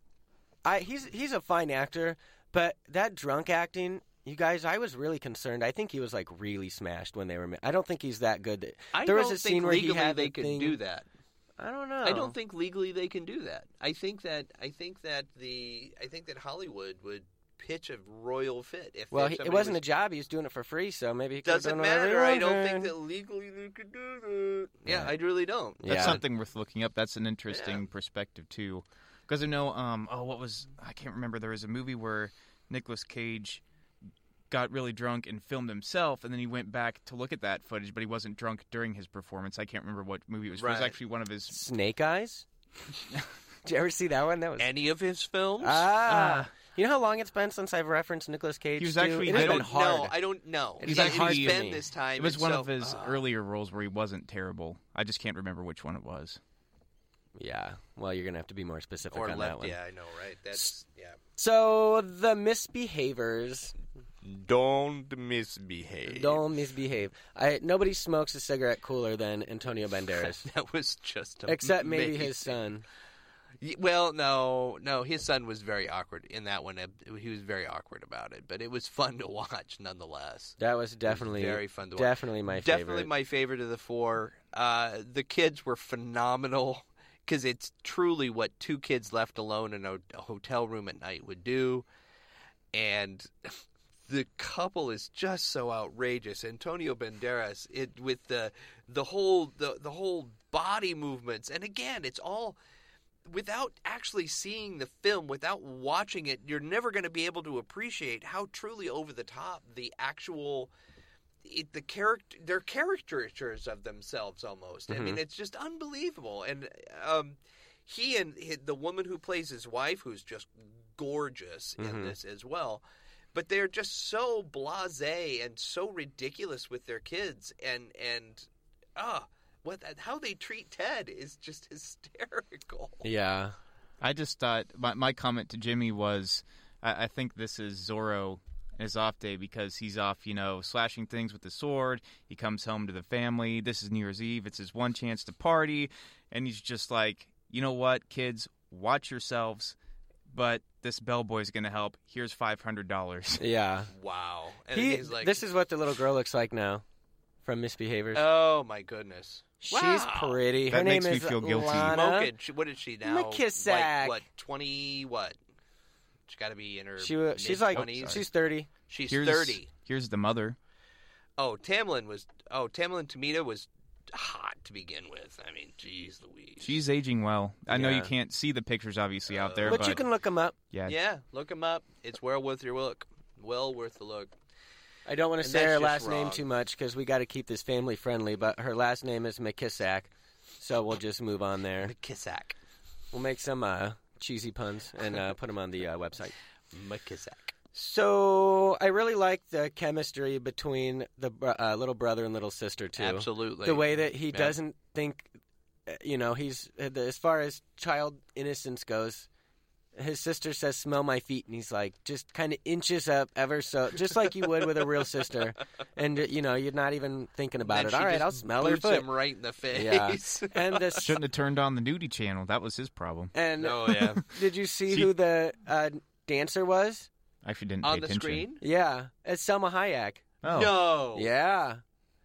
S1: I he's he's a fine actor, but that drunk acting. You guys, I was really concerned. I think he was like really smashed when they were. Ma- I don't think he's that good.
S2: I
S1: there
S2: don't
S1: was a
S2: think
S1: scene where he
S2: legally
S1: had
S2: they
S1: the
S2: could
S1: thing-
S2: do that.
S1: I don't know.
S2: I don't think legally they can do that. I think that I think that the I think that Hollywood would pitch a royal fit if
S1: Well,
S2: if
S1: he, it
S2: somebody
S1: wasn't
S2: was-
S1: a job. He was doing it for free, so maybe he could've
S2: Doesn't
S1: done whatever he
S2: matter. I don't think
S1: wanted.
S2: that legally they could do that. Yeah, I really don't.
S1: Yeah.
S3: that's something worth looking up that's an interesting perspective too because i know um oh what was i can't remember there was a movie where Nicolas cage got really drunk and filmed himself and then he went back to look at that footage but he wasn't drunk during his performance i can't remember what movie it was for. it was
S2: Right.
S3: actually one of his
S1: Snake
S2: (laughs)
S1: Eyes. Did you ever see that one? That was
S2: Any of his films?
S1: Ah, you know how long it's been since I've referenced Nicolas Cage?
S3: He was
S1: too?
S3: actually-
S1: It has
S2: I
S1: been
S2: don't
S1: hard.
S2: know. I don't know.
S1: It's
S2: It-
S1: been hard
S2: it's
S1: to
S2: been
S1: me.
S2: this time.
S3: it was
S2: and
S3: one
S2: so-
S3: of his
S2: Ah.
S3: earlier roles where he wasn't terrible i just can't remember which one it was
S1: yeah. Well, you're gonna have to be more specific
S2: or
S1: on that
S2: left.
S1: one.
S2: Yeah, I know, right? That's yeah.
S1: So the misbehaviors
S2: Don't misbehave. (laughs)
S1: don't misbehave. I, nobody smokes a
S2: (laughs)
S1: cigarette cooler than Antonio Banderas,
S2: That was just a
S1: except maybe his son.
S2: Y- Well, no, no. His son was very awkward in that one. Uh, He was very awkward about it, but it was fun to (laughs) watch nonetheless.
S1: That was definitely
S2: very fun to watch.
S1: definitely my
S2: Definitely
S1: favorite.
S2: my favorite of the four. Uh, the kids were phenomenal (laughs) because it's truly what two kids left alone in a, a hotel room at night would do, and (laughs) the couple is just so outrageous. Antonio Banderas, it with the the whole the the whole body movements, and again, it's all without actually seeing the film, without watching it, you're never going to be able to appreciate how truly over the top the actual it, the character their caricatures of themselves almost. I
S1: Mm-hmm.
S2: mean, it's just unbelievable. And um, he and hi the woman who plays his wife, who's just gorgeous
S1: Mm-hmm.
S2: in this as well. But they're just so blasé and so ridiculous with their kids, and and ah, what how they treat Ted is just (laughs) hysterical.
S1: yeah.
S3: I just thought my, my comment to Jimmy was, I, I think this is Zorro in his off day because he's off, you know, slashing things with the sword. He comes home to the family. This is New Year's Eve. It's his one chance to party, and he's just like, you know what, kids, watch yourselves. But this bellboy's gonna help. Here's five hundred dollars.
S1: Yeah.
S2: Wow. And
S1: He,
S2: he's like,
S1: this is what the little girl looks like now from Misbehaviors.
S2: oh my goodness.
S1: She's
S2: wow.
S1: pretty. Her
S3: That
S1: name
S3: makes
S1: is
S3: me feel guilty.
S1: Lana.
S2: Smoking. She- What is she now?
S1: McKissack.
S2: Like, what, 20, what? She's got to be in her
S1: She wa- she's like
S2: mid-twenties.
S1: she's thirty.
S2: she's
S3: Here's
S2: 30.
S3: Here's the mother.
S2: Oh, Tamlin was, oh, Tamlin Tomita was hot to begin with. I mean, geez Louise.
S3: She's aging well. I know you
S1: Yeah.
S3: can't see the pictures obviously out there,
S1: But,
S3: but,
S1: you can look them up.
S3: yeah,
S2: yeah, look him up. It's well worth your look. Well worth the look.
S1: I don't want to
S2: And
S1: say
S2: that's
S1: her
S2: just
S1: last name
S2: wrong.
S1: too much because we got to keep this family friendly. But her last name is McKissack, so we'll just move on there.
S2: McKissack.
S1: We'll make some uh, cheesy puns and uh, put them on the uh, website.
S2: McKissack.
S1: So I really like the chemistry between the br- uh, little brother and little sister too.
S2: Absolutely.
S1: the way that he
S2: yeah.
S1: doesn't think, uh, you know, he's uh, the- as far as child innocence goes. His sister says, "Smell my feet," and he's like, just kind of inches up ever so, just like you would with a real sister, and uh, you know, you're not even thinking about
S2: And
S1: it.
S2: she
S1: All right,
S2: just
S1: I'll smell her
S2: boots
S1: foot.
S2: him right in the
S1: Yeah,
S2: face.
S1: and this,
S3: Shouldn't have turned on the nudie channel. That was his problem.
S1: (laughs) and
S2: oh, yeah.
S1: (laughs) did you see
S3: She-
S1: who the uh, dancer was?
S3: I actually didn't
S2: (laughs)
S3: pay
S2: On the
S3: attention.
S2: screen?
S1: Yeah, it's Selma Hayek.
S3: Oh.
S2: No.
S1: Yeah.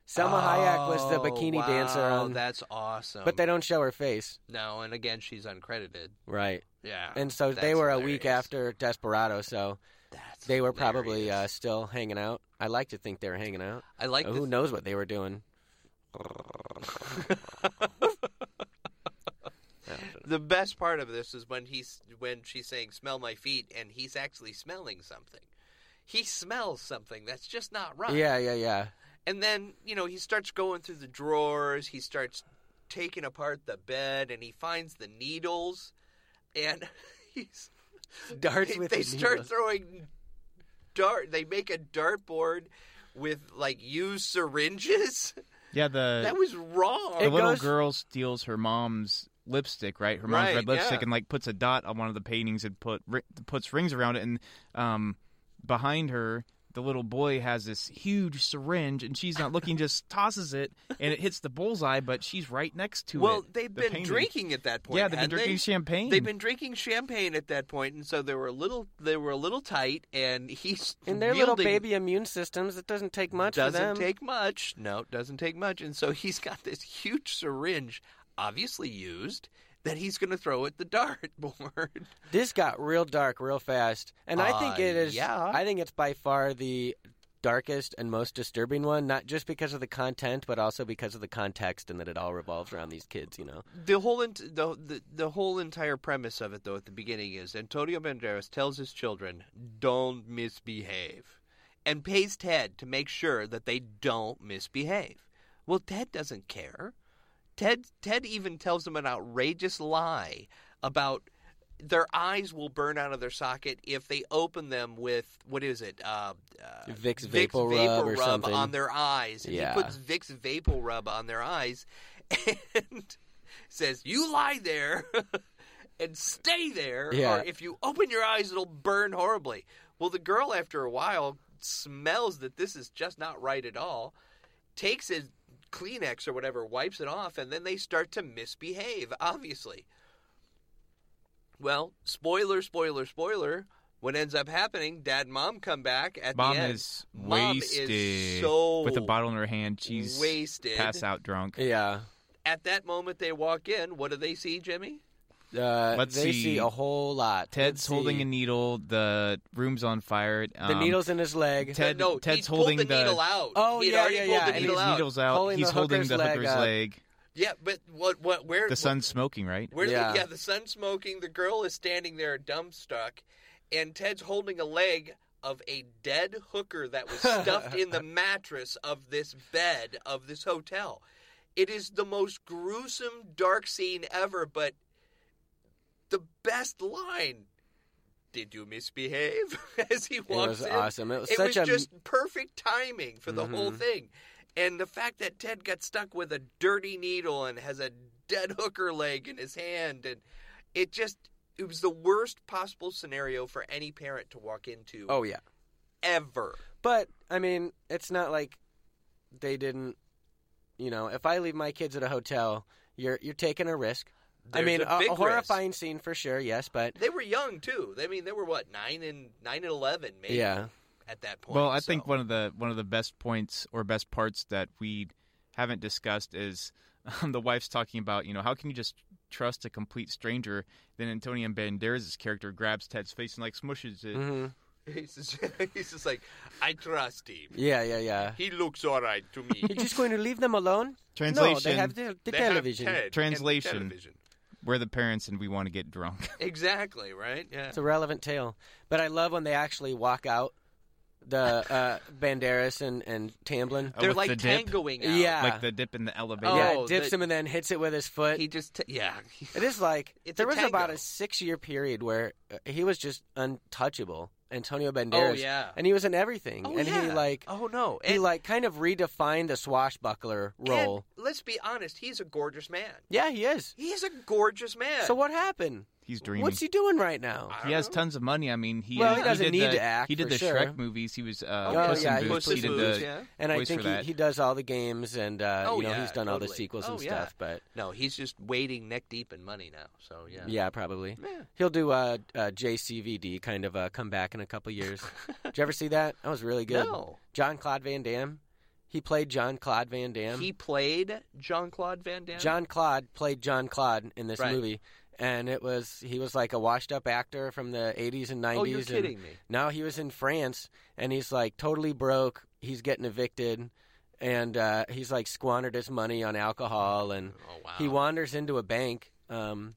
S1: Selma Hayek was the
S2: Oh,
S1: bikini dancer
S2: wow, um,
S1: on
S2: that's awesome.
S1: but they don't show her face.
S2: No, and again, she's uncredited.
S1: Right.
S2: Yeah.
S1: And so they
S2: that's
S1: were a week
S2: hilarious.
S1: after Desperado, so
S2: That's
S1: they were probably uh,
S2: hilarious.
S1: still hanging out. I like to think they were hanging out.
S2: I like
S1: Who
S2: the
S1: knows what they were doing?
S2: the best part of this is when he's when she's saying "smell my feet" and he's actually smelling something. He smells something that's just not right.
S1: Yeah, yeah, yeah.
S2: And then you know he starts going through the drawers. He starts taking apart the bed, and he finds the needles, and (laughs) he's
S1: Darts
S2: they,
S1: with
S2: they
S1: the
S2: start
S1: needles.
S2: throwing dart. They make a dartboard with like used syringes.
S3: Yeah,
S1: Uh,
S3: the
S2: That was wrong.
S3: the
S1: It
S3: little
S1: goes-
S3: girl steals her mom's lipstick, right? Her mom's
S2: Right,
S3: red lipstick,
S2: yeah.
S3: and like puts a dot on one of the paintings and put ri- puts rings around it. And um, behind her, the little boy has this huge syringe, and she's not
S2: (laughs)
S3: looking, just tosses it, and it hits the bullseye, but she's right next to it.
S2: well, they've
S3: the
S2: been
S3: painting.
S2: drinking at that point.
S3: Yeah, they've been
S2: hadn't
S3: drinking
S2: they?
S3: champagne.
S2: They've been drinking champagne at that point, and so they were a little they were a little tight. And he's
S1: (laughs) And their little
S2: wielding-
S1: baby immune systems, it doesn't take much for
S2: doesn't
S1: them.
S2: take much. No, it doesn't take much. And so he's got this huge syringe, obviously used, that he's going to throw at the (laughs) dartboard.
S1: This got real dark real fast. And I think
S2: Uh,
S1: it is
S2: yeah.
S1: I think it's by far the darkest and most disturbing one, not just because of the content, but also because of the context and that it all revolves around these kids, you know.
S2: the whole ent- the, the the whole entire premise of it though at the beginning is Antonio Banderas tells his children don't misbehave and pays Ted to make sure that they don't misbehave. Well, Ted doesn't care. Ted Ted even tells them an outrageous lie about their eyes will burn out of their socket if they open them with what is it? Uh, uh,
S1: Vicks Vapor Rub or something.
S2: on their eyes. And
S1: Yeah.
S2: He puts Vicks Vapor Rub on their eyes (laughs) and says, "You lie there (laughs) and stay there,
S1: Yeah.
S2: or if you open your eyes, it'll burn horribly." Well, the girl, after a while, smells that this is just not right at all. Takes his Kleenex or whatever, wipes it off, and then they start to misbehave. Obviously, Well, spoiler, spoiler, spoiler. What ends up happening? Dad and mom come back at
S3: Mom
S2: the end.
S3: is
S2: Mom is
S3: wasted
S2: so
S3: with a bottle in her hand. She's
S2: wasted.
S3: pass out drunk.
S1: Yeah.
S2: At that moment, they walk in. What do they see, Jimmy?
S1: Uh,
S3: Let's
S1: they
S3: see.
S1: see. a whole lot.
S3: Ted's
S1: Let's
S3: holding
S1: see.
S3: a needle. The room's on fire.
S1: the
S3: um,
S1: needles in his leg.
S3: Ted-
S2: no, he
S3: Ted's
S2: pulled
S3: holding
S2: the,
S3: the-
S2: needle out.
S1: Oh,
S2: He'd
S1: yeah,
S2: already
S1: yeah,
S2: pulled
S1: yeah,
S2: The
S1: and
S2: needle
S3: his
S2: out.
S3: needles out.
S1: Pulling
S3: He's
S1: the
S3: holding
S1: hooker's
S3: the
S1: leg
S3: hooker's
S1: up.
S3: leg.
S2: Yeah, but what? What? Where?
S3: The sun's smoking, right?
S2: Where?
S1: Yeah.
S2: The, yeah, the sun's smoking. The girl is standing there, dumbstruck, and Ted's holding a leg of a dead hooker that was stuffed in the mattress of this bed of this hotel. It is the most gruesome dark scene ever, but the best line. Did you misbehave? (laughs) As he
S1: It
S2: walks
S1: was
S2: in,
S1: awesome. It was
S2: it
S1: such
S2: was
S1: a
S2: just perfect timing for the whole
S1: Mhm.
S2: thing. And the fact that Ted got stuck with a dirty needle and has a dead hooker leg in his hand and it just it was the worst possible scenario for any parent to walk into
S1: oh yeah.
S2: ever.
S1: But I mean, it's not like they didn't. You know, if I leave my kids at a hotel, you're you're taking a risk. I
S2: There's
S1: mean,
S2: a big risk.
S1: horrifying scene for sure. Yes, but
S2: They were young too. I mean, they were what nine and nine and eleven, maybe.
S1: yeah,
S2: At that point.
S3: Well, I
S2: so.
S3: think one of the one of the best points or best parts that we haven't discussed is (laughs) um, the wife's talking about you know how can you just trust a complete stranger? Then Antonio Banderas' character grabs Ted's face and like smushes it.
S1: hmm
S2: (laughs) Mm-hmm. he's just, he's just like, I trust him.
S1: yeah, yeah, yeah.
S2: He looks all right
S1: (laughs)
S2: to me.
S1: You're just going to leave them alone?
S3: Translation:
S1: No, they have the, the
S2: They have
S1: television.
S2: Ted and
S3: Translation.
S2: television.
S3: We're the parents and we want to get drunk. (laughs)
S2: Exactly right. Yeah.
S1: It's a relevant tale. But I love when they actually walk out. The uh, Banderas and and Tamblin.
S3: Uh,
S2: They're
S3: with
S2: like
S3: the dip,
S2: tangoing out.
S1: Yeah.
S3: like the dip in the elevator.
S1: yeah,
S2: Oh,
S1: dips
S2: the-
S1: him and then hits it with his foot.
S2: He just t-
S1: (laughs)
S2: yeah.
S1: It is like
S2: It's
S1: there
S2: a
S1: was about
S2: tango.
S1: a six-year period where uh, he was just untouchable, Antonio Banderas.
S2: Oh yeah.
S1: and he was in everything,
S2: Oh,
S1: and he
S2: yeah.
S1: like
S2: Oh no.
S1: he like kind of redefined the swashbuckler role.
S2: and let's be honest. He's a gorgeous man.
S1: yeah, he is.
S2: He's a gorgeous man.
S1: So what happened?
S3: He's dreaming.
S1: Oh, What's he doing right now?
S2: I
S3: he has
S2: don't know.
S3: tons of money. I mean, he
S1: Well, he
S3: he
S1: doesn't
S3: did
S1: need
S3: the,
S1: to act,
S3: He did
S1: for
S3: the
S1: sure.
S3: Shrek movies. He was uh,
S1: Oh,
S3: Puss
S1: yeah,
S3: in
S1: he
S3: Boots.
S1: was
S3: He
S1: in
S3: did
S1: Boots,
S3: the
S2: yeah.
S1: and I
S3: voice
S1: think
S3: for
S1: he,
S3: that.
S1: he does all the games, and uh,
S2: Oh,
S1: you know
S2: yeah,
S1: he's done all the
S2: totally.
S1: sequels and
S2: Oh, yeah.
S1: stuff. But
S2: No, he's just wading neck deep in money now. So yeah.
S1: yeah, probably
S2: Yeah.
S1: he'll do uh, uh, JCVD kind of a comeback in a couple
S2: (laughs)
S1: years. Did you ever see that? That was really good.
S2: No,
S1: John Claude Van Damme. He played John Claude Van Damme.
S2: he played Jean Claude Van Damme.
S1: John Claude played John Claude in this
S2: Right.
S1: movie, and it was he was like a washed up actor from the 80s and 90s.
S2: Oh, you're
S1: and
S2: kidding me.
S1: Now he was in France, and he's like totally broke. He's getting evicted, and uh, he's like squandered his money on alcohol, and
S2: Oh wow.
S1: he wanders into a bank um,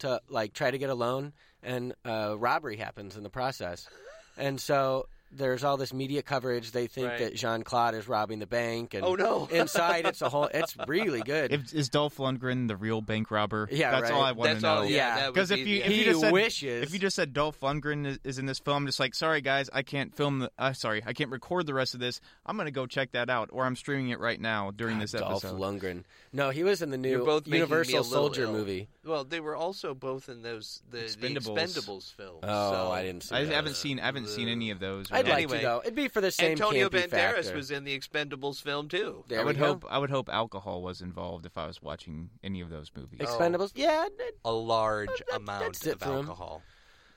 S1: to like try to get a loan, and uh, robbery happens in the
S2: (laughs)
S1: process, and so. There's all this media coverage. They think
S2: Right.
S1: that Jean Claude is robbing the bank, and
S2: Oh no.
S1: inside it's a whole.
S2: (laughs)
S1: It's really good.
S3: If, is Dolph Lundgren the real bank robber?
S1: Yeah,
S3: that's
S1: right.
S3: all I want to
S2: That's all.
S3: know.
S1: Yeah.
S2: Yeah. that would
S3: 'Cause if
S2: be-
S3: you-
S2: yeah.
S3: if
S1: he
S3: just said-
S1: wishes.
S3: If you just said Dolph Lundgren is, is in this film, just like, sorry guys, I can't film. The, uh, sorry, I can't record the rest of this. I'm gonna go check that out, or I'm streaming it right now during this
S1: Dolph
S3: episode.
S1: Lundgren. No, he was in the new
S2: You're both making me a
S1: Universal
S2: little
S1: Soldier
S2: ill.
S1: movie.
S2: well, they were also both in those the
S3: Expendables.
S2: The Expendables films.
S1: Oh,
S2: so-
S1: I didn't see.
S3: I
S1: that.
S3: haven't seen. I haven't seen any of those.
S1: I'd
S3: really.
S1: like
S2: Anyway,
S1: to though. It'd be for the same.
S2: Antonio
S1: campy
S2: Banderas
S1: factor.
S2: was in the Expendables film too.
S1: There
S3: I would
S1: we go.
S3: hope. I would hope alcohol was involved if I was watching any of those movies.
S2: Ex-
S1: Expendables. Yeah, it-
S2: a large
S1: that-
S2: amount
S1: Oh, that's it
S2: of
S1: for him.
S2: alcohol.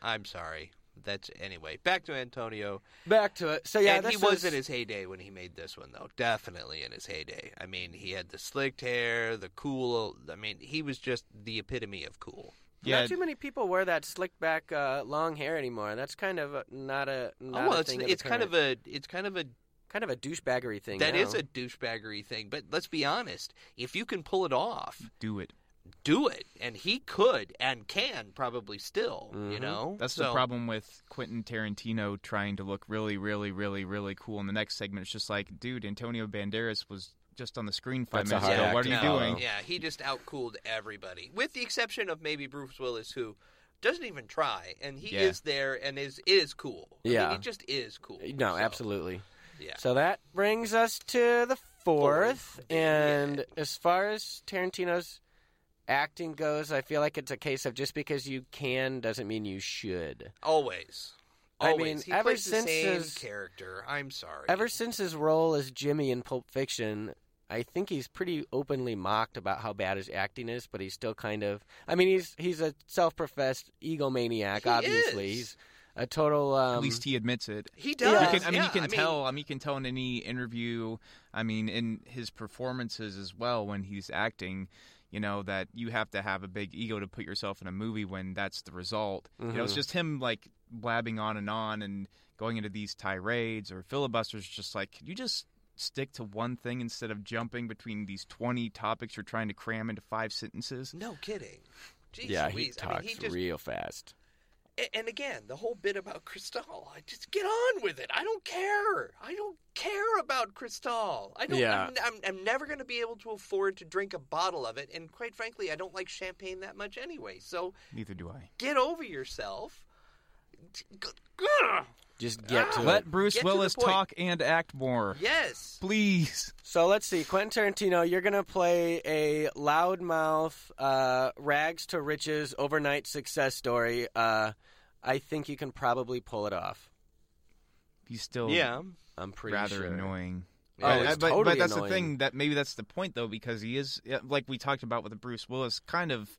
S2: I'm sorry. That's anyway. Back to Antonio.
S1: back to it. So yeah,
S2: and
S1: this
S2: he was
S1: is,
S2: in his heyday when he made this one, though. Definitely in his heyday. I mean, he had the slicked hair, the cool. I mean, he was just the epitome of cool.
S3: yeah,
S1: Not too many people wear that slicked back uh, long hair anymore. That's kind of a- not a. Not
S2: oh, well,
S1: a
S2: it's
S1: thing
S2: it's kind of
S1: a
S2: a it's kind of a
S1: kind of a douchebaggery thing.
S2: that
S1: now.
S2: is a douchebaggery thing. But let's be honest. If you can pull it off,
S3: do it.
S2: do it. And he could and can probably still. You
S1: Mhm.
S2: know,
S3: That's the
S2: So-
S3: problem with Quentin Tarantino trying to look really, really, really, really cool in the next segment. It's just like, dude, Antonio Banderas was just on the screen five
S1: That's a
S3: minutes
S1: hard
S3: ago.
S1: act
S3: What are
S1: to
S3: you
S1: follow.
S3: doing?
S2: Yeah, he just outcooled everybody, with the exception of maybe Bruce Willis, who doesn't even try, and he
S3: Yeah.
S2: is there and is is cool. I mean,
S1: Yeah.
S2: he just is cool.
S1: No,
S2: So,
S1: absolutely.
S2: Yeah.
S1: So that brings us to the fourth.
S2: Fourth,
S1: And as far as Tarantino's acting goes, I feel like it's a case of just because you can doesn't mean you should.
S2: Always.
S1: I
S2: Always.
S1: mean,
S2: he
S1: ever
S2: plays
S1: since
S2: the same
S1: his-
S2: character. I'm sorry.
S1: Ever since his role as Jimmy in Pulp Fiction, I think he's pretty openly mocked about how bad his acting is, but he's still kind of. I mean, he's he's a self-professed egomaniac.
S2: He
S1: obviously,
S2: is.
S1: he's a total. Um,
S3: At least he admits it.
S2: He
S1: Yeah.
S2: does.
S3: You can, I mean,
S2: yeah,
S3: you can tell. I mean, you can tell in any interview. I mean, in his performances as well, when he's acting, you know that you have to have a big ego to put yourself in a movie when that's the result. You know, it's
S1: Mhm.
S3: just him like blabbing on and on and going into these tirades or filibusters. Just like, could you just stick to one thing instead of jumping between these twenty topics you're trying to cram into five sentences?
S2: No kidding. Jeez
S1: yeah, he
S2: Louise.
S1: talks
S2: I mean, he just,
S1: real fast.
S2: A- And again, the whole bit about Cristal, I just get on with it. I don't care. I don't care about Cristal. I don't.
S1: Yeah.
S2: I'm, I'm, I'm never going to be able to afford to drink a bottle of it, and quite frankly, I don't like champagne that much anyway. So
S3: Neither do I.
S2: get over yourself. G- g- ugh.
S1: Just
S2: Ah.
S1: get to it.
S3: Let Bruce
S2: Get to the
S3: Willis
S2: point.
S3: talk and act more,
S2: Yes.
S3: please.
S1: So let's see, Quentin Tarantino, you're gonna play a loudmouth, uh, rags to riches overnight success story. Uh, I think you can probably pull it off.
S3: He's still
S1: I'm pretty
S3: rather
S1: sure.
S3: annoying.
S1: Oh,
S3: But-
S1: it's
S3: but,
S1: totally
S3: but that's
S1: annoying.
S3: the thing that maybe that's the point though because he is yeah, like we talked about with Bruce Willis, kind of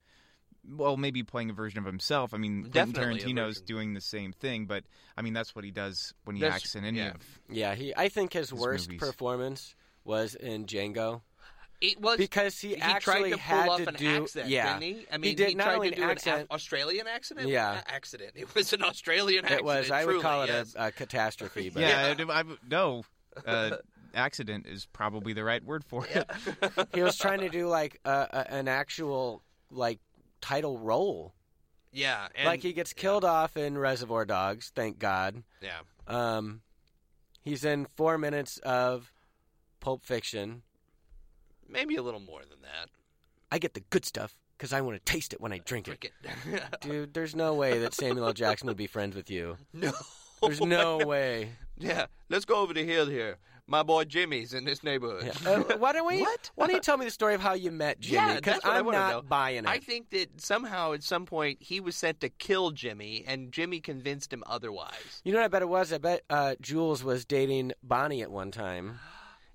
S3: well maybe playing a version of himself. I mean, Quentin
S2: Definitely a
S3: Tarantino's
S2: version.
S3: doing the same thing, but I mean that's what he does when he
S2: That's-
S3: acts in any
S2: yeah.
S3: of.
S1: Yeah, he. I think his,
S3: His
S1: worst
S3: movies.
S1: performance was in Django
S2: It was
S1: because he,
S2: he
S1: actually
S2: tried to
S1: had
S2: pull off
S1: to
S2: an
S1: do.
S2: accent,
S1: yeah,
S2: didn't he? I mean,
S1: did not
S2: tried
S1: only
S2: to
S1: an
S2: do an
S1: accent-
S2: a- Australian accident.
S1: Yeah.
S2: A- accident. It was an Australian accident.
S1: it was. I would
S2: truly,
S1: call it
S2: yes.
S1: a, a
S2: (laughs)
S1: catastrophe. But
S3: Yeah, I- I, no, uh, accident is probably the right word for it.
S1: he was trying to do like a, a, an actual like title role.
S2: Yeah, and,
S1: like he gets killed off in Reservoir Dogs, thank God.
S2: Yeah,
S1: Um, he's in four minutes of Pulp Fiction.
S2: maybe a little more than that.
S1: I get the good stuff because I want to taste it when I drink it.
S2: Drink it. (laughs)
S1: Dude, there's no way that Samuel L. Jackson would be friends with you.
S2: no.
S1: There's no way.
S2: Yeah, let's go over the hill here. My boy Jimmy's in this neighborhood.
S1: Yeah.
S2: (laughs)
S1: Uh, why don't we?
S2: What?
S1: Why don't you tell me the story of how you met Jimmy?
S2: Yeah,
S1: Because
S2: that's what I
S1: I'm
S2: wanna
S1: not
S2: know.
S1: buying it.
S2: I think that somehow at some point he was sent to kill Jimmy, and Jimmy convinced him otherwise.
S1: you know what I bet it was? I bet uh, Jules was dating Bonnie at one time.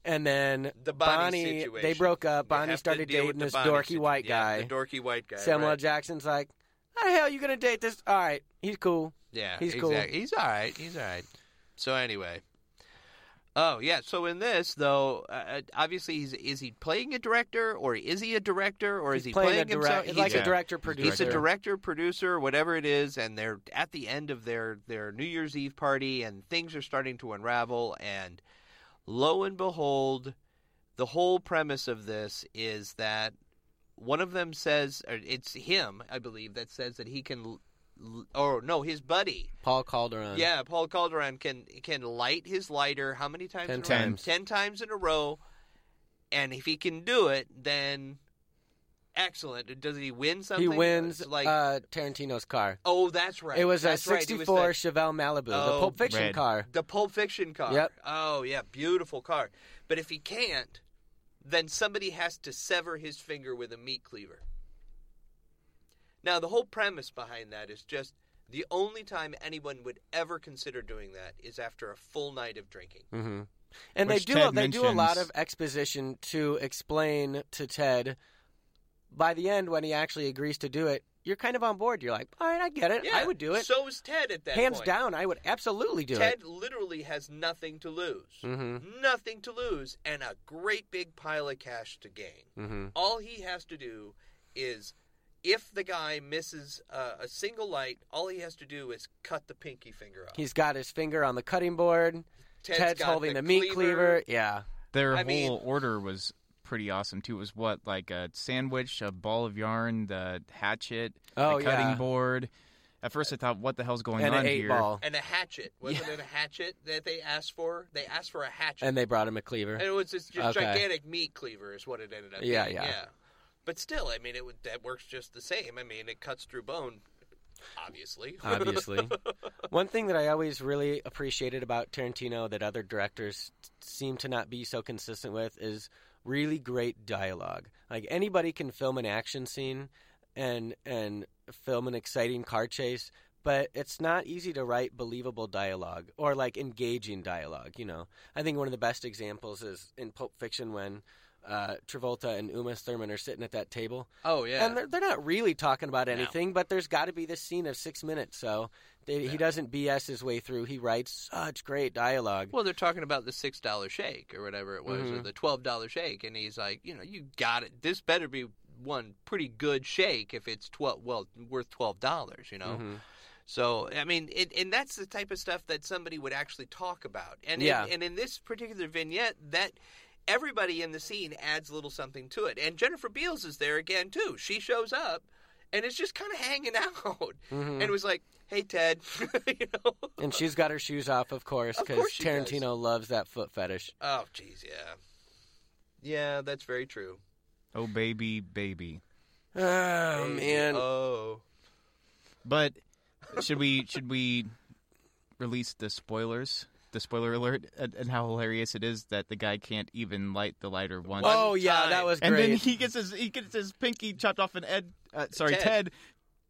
S1: And then
S2: The Bonnie, situation.
S1: they broke up.
S2: You
S1: Bonnie
S2: have to
S1: started
S2: deal with
S1: dating
S2: the
S1: this
S2: Bonnie
S1: dorky
S2: situ-
S1: white
S2: yeah,
S1: guy.
S2: the dorky white guy.
S1: Samuel L.
S2: right.
S1: Jackson's like, how the hell are you going to date this? All right, he's cool.
S2: Yeah,
S1: He's cool.
S2: exactly. He's all right. He's all right. So anyway, oh yeah. So in this though, uh, obviously he's is he playing a director or is he a director or is he playing,
S1: a
S2: himself?
S1: direct, like
S3: Yeah.
S1: a director
S3: He's
S1: producer?
S2: He's a director, producer, whatever it is, and they're at the end of their their New Year's Eve party, and things are starting to unravel. And lo and behold, the whole premise of this is that one of them says, or it's him, I believe, that says that he can, l- l- or no, his buddy,
S1: Paul Calderon.
S2: yeah, Paul Calderon can can light his lighter how many times?
S1: Ten
S2: in a row?
S1: times.
S2: Ten times in a row, and if he can do it, then excellent. Does he win
S1: He
S2: something?
S1: wins
S2: It's like
S1: uh, Tarantino's car.
S2: oh, that's right.
S1: It was
S2: that's
S1: a
S2: right. It was
S1: '64 Chevelle Malibu, the
S2: Oh,
S1: Pulp Fiction
S3: red.
S1: car.
S2: the, the Pulp Fiction car.
S1: Yep.
S2: Oh yeah, beautiful car. But if he can't, then somebody has to sever his finger with a meat cleaver. Now the whole premise behind that is just. The only time anyone would ever consider doing that is after a full night of drinking.
S1: hmm And
S3: Which
S1: they do
S3: Ted
S1: they do a lot
S3: mentions.
S1: of exposition to explain to Ted. By the end, when he actually agrees to do it, you're kind of on board. You're like, all right, I get it. I would do it.
S2: So was Ted at that
S1: Hands
S2: point.
S1: down, I would absolutely do
S2: Ted
S1: it.
S2: literally has nothing to lose.
S1: Mhm.
S2: Nothing to lose and a great big pile of cash to gain.
S1: Mm-hmm.
S2: All he has to do is if the guy misses uh, a single light, all he has to do is cut the pinky finger off.
S1: He's got his finger on the cutting board.
S2: Ted's
S1: Ted's
S2: got
S1: holding the,
S2: the
S1: meat cleaver.
S2: cleaver.
S1: Yeah.
S3: Their
S2: I
S3: whole
S2: mean-
S3: order was pretty awesome too. It was what like a sandwich, a ball of yarn, the hatchet,
S1: Oh,
S3: the cutting
S1: yeah.
S3: board. At first, I thought, what the hell's going
S1: and
S3: on
S1: an eight
S3: here?
S1: ball.
S2: and a hatchet. Wasn't it a hatchet that they asked for? They asked for a hatchet.
S1: And they brought him a cleaver.
S2: And it was this just
S1: Okay.
S2: gigantic meat cleaver is what it ended up.
S1: Yeah,
S2: being,
S1: yeah.
S2: But still, I mean, it would, that works just the same. I mean, it cuts through bone, obviously.
S1: obviously. One thing that I always really appreciated about Tarantino that other directors seem to not be so consistent with is really great dialogue. Like anybody can film an action scene and and film an exciting car chase, but it's not easy to write believable dialogue or like engaging dialogue, you know. I think one of the best examples is in Pulp Fiction when uh, Travolta and Uma Thurman are sitting at that table,
S2: Oh yeah.
S1: and they're, they're not really talking about anything, but there's got to be this scene of six minutes. So they, he doesn't BS his way through. He writes such great dialogue.
S2: Well, they're talking about the six dollar shake or whatever it was,
S1: Mm-hmm.
S2: or the twelve dollar shake, and he's like, you know, you got it. This better be one pretty good shake if it's twelve, well, worth twelve dollars, you
S1: Mm-hmm.
S2: know. So I mean, it, and that's the type of stuff that somebody would actually talk about, and
S1: Yeah.
S2: in, and in this particular vignette, that everybody in the scene adds a little something to it, and Jennifer Beals is there again too. She shows up. And it's just kind of hanging (laughs) out, Mm-hmm. and
S1: Mm.
S2: it was like, "Hey, Ted," (laughs) you know.
S1: Mm-hmm. and she's got her shoes off, of course,
S2: Of
S1: because
S2: course she does.
S1: Tarantino loves that foot fetish.
S2: Oh, jeez, yeah. Yeah, that's very true.
S3: Oh baby, baby.
S1: Oh man,
S2: Oh.
S3: But should we should we release the spoilers? The spoiler alert and, and how hilarious it is that the guy can't even light the lighter once.
S1: oh yeah,
S2: time.
S1: that was
S3: and
S1: great.
S3: then he gets his he gets his pinky chopped off and Ed uh, sorry
S2: Ted.
S3: Ted,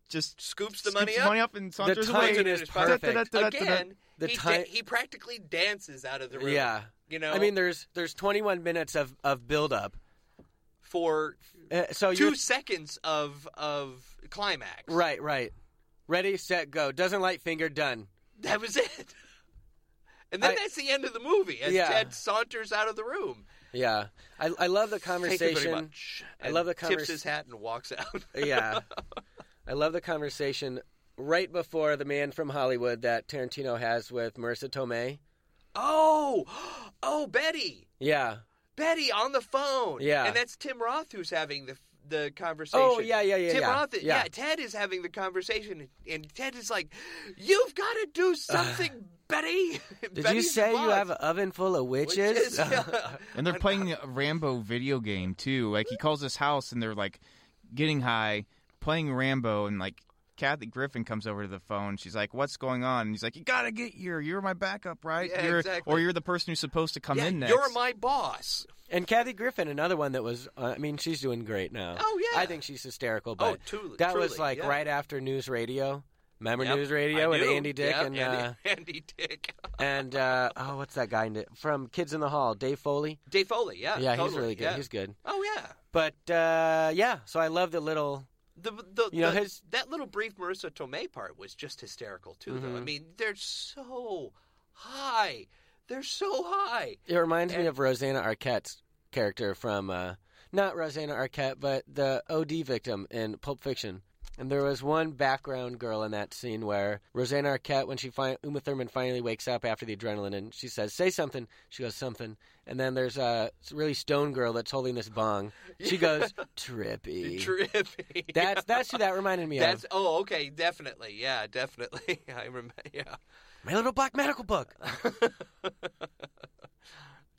S3: just
S2: Scoops the
S3: scoops
S2: money
S3: his
S2: up.
S3: money up and saunters
S1: timing
S3: away.
S1: is perfect.
S2: Again,
S1: The
S2: he,
S1: ti-
S2: da- he practically dances out of the room.
S1: yeah,
S2: You know,
S1: I mean, there's there's 21 minutes of of build up.
S2: for
S1: Uh, so
S2: two
S1: you
S2: seconds of of climax.
S1: right, right, ready, set, go. Doesn't light finger, done.
S2: That was it. (laughs) And then
S1: I-
S2: that's the end of the movie as
S1: Yeah.
S2: Ted saunters out of the room.
S1: Yeah, I I love the
S2: Thank
S1: conversation.
S2: you very much.
S1: I
S2: And
S1: love the
S2: Tips
S1: convers-
S2: his hat and walks out. (laughs)
S1: yeah. I love the conversation right before the man from Hollywood that Tarantino has with Marissa Tomei.
S2: oh, oh, (gasps) Betty.
S1: Yeah.
S2: Betty on the phone.
S1: Yeah.
S2: and that's Tim Roth who's having the the conversation.
S1: Oh, yeah, yeah, yeah,
S2: Tim
S1: yeah.
S2: Roth.
S1: Yeah.
S2: Ted is having the conversation, and Ted is like, "You've got to
S1: (sighs)
S2: do something, Betty." (laughs)
S1: Did you say you have an oven full of witches? (laughs)
S3: And they're playing a Rambo video game too. Like he calls his house and they're like getting high, playing Rambo, and like Kathy Griffin comes over to the phone. She's like, "What's going on?" And he's like, "You gotta get here. You're my backup, right?
S2: Yeah,
S3: you're,
S2: exactly.
S3: Or you're the person who's supposed to come
S2: yeah,
S3: in next."
S2: you're my boss.
S1: and Kathy Griffin, another one that was, uh, I mean, she's doing great now.
S2: Oh, yeah.
S1: I think she's hysterical,
S2: Oh,
S1: but
S2: truly-
S1: that was
S2: truly,
S1: like
S2: yeah.
S1: right after News Radio. Remember
S2: Yep,
S1: News Radio
S2: I
S1: with
S2: do.
S1: Andy Dick
S2: Yep,
S1: and uh,
S2: (laughs) Andy, Andy Dick,
S1: and uh, oh, what's that guy in it? from Kids in the Hall? Dave Foley.
S2: Dave Foley. Yeah,
S1: yeah, he's
S2: totally,
S1: really good.
S2: yeah.
S1: He's good.
S2: Oh yeah.
S1: But uh, yeah, so I love the little
S2: The, the,
S1: You know,
S2: the-
S1: his-
S2: that little brief Marissa Tomei part was just hysterical too. Though
S1: Mm-hmm.
S2: I mean, they're so high, they're so high.
S1: It reminds me of Rosanna Arquette's character from uh, not Rosanna Arquette, but the OD victim in Pulp Fiction. And there was one background girl in that scene where Rosanna Arquette, when she fin- Uma Thurman finally wakes up after the adrenaline, and she says, "Say something." She goes, "Something." And then there's a really stone girl that's holding this bong. She goes, "Trippy."
S2: (laughs) Trippy.
S1: that's that's who E. that reminded me
S2: That's
S1: of.
S2: oh okay, definitely, yeah, definitely. (laughs) I remember,
S1: (laughs)
S2: yeah,
S1: My little black medical book.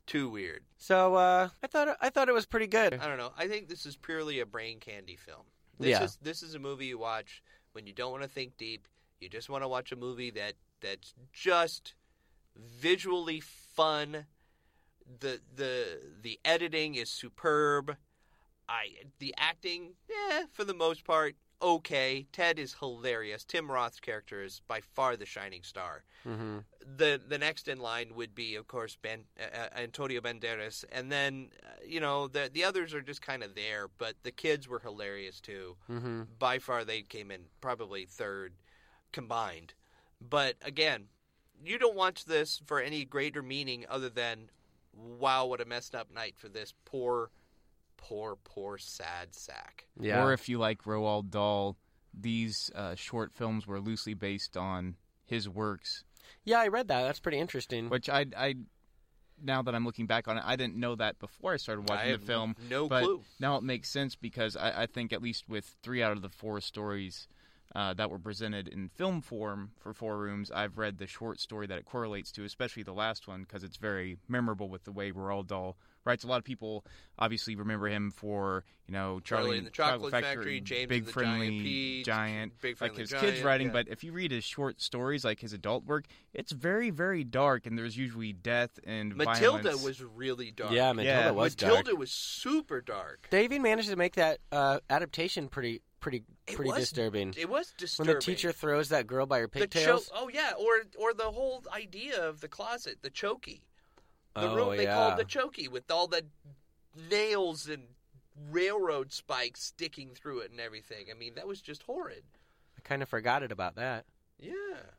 S2: too weird.
S1: So uh, I thought I thought it was pretty good.
S2: I don't know. I think this is purely a brain candy film. This
S1: Yeah.
S2: is this is a movie you watch when you don't want to think deep. You just want to watch a movie that that's just visually fun. The the the editing is superb. I the acting, eh, for the most part, okay. Ted is hilarious. Tim Roth's character is by far the shining star.
S1: hmm
S2: the the next in line would be, of course, ben, uh, Antonio Banderas, and then uh, you know the the others are just kind of there. But the kids were hilarious too.
S1: hmm
S2: By far, they came in probably third combined. But again, you don't watch this for any greater meaning other than, wow, what a messed up night for this poor, poor, poor sad sack.
S1: Yeah.
S3: Or if you like Roald Dahl, these uh, short films were loosely based on his works,
S1: yeah, I read that. That's pretty interesting.
S3: which I I now that I'm looking back on it, I didn't know that before I started watching
S2: I
S3: the
S2: have
S3: film.
S2: no
S3: but
S2: clue.
S3: Now it makes sense because I, I think at least with three out of the four stories uh, that were presented in film form for Four Rooms, I've read the short story that it correlates to, especially the last one because it's very memorable with the way Roald Dahl writes. A lot of people obviously remember him for you know Charlie,
S2: Charlie and the Chocolate Factory, James and
S3: Big
S2: the Giant
S3: Friendly
S2: Peach,
S3: Giant,
S2: Big
S3: like
S2: Friendly
S3: his kids
S2: Giant,
S3: writing.
S2: yeah.
S3: But if you read his short stories, like his adult work, it's very very dark, and there's usually death and
S2: Matilda
S3: violence.
S2: was really dark.
S1: yeah, Matilda
S3: Yeah.
S1: was dark.
S2: Matilda was super dark.
S1: They even managed to make that uh, adaptation pretty, pretty,
S2: It
S1: pretty
S2: was
S1: disturbing.
S2: It was
S1: When
S2: disturbing.
S1: the teacher throws that girl by her
S2: the
S1: pigtails.
S2: cho- oh yeah, or or the whole idea of the closet, the chokey, the
S1: oh
S2: room they
S1: yeah.
S2: called the chokey with all the nails and railroad spikes sticking through it and everything. I mean, that was just horrid.
S1: I kind of forgot it about that.
S2: Yeah.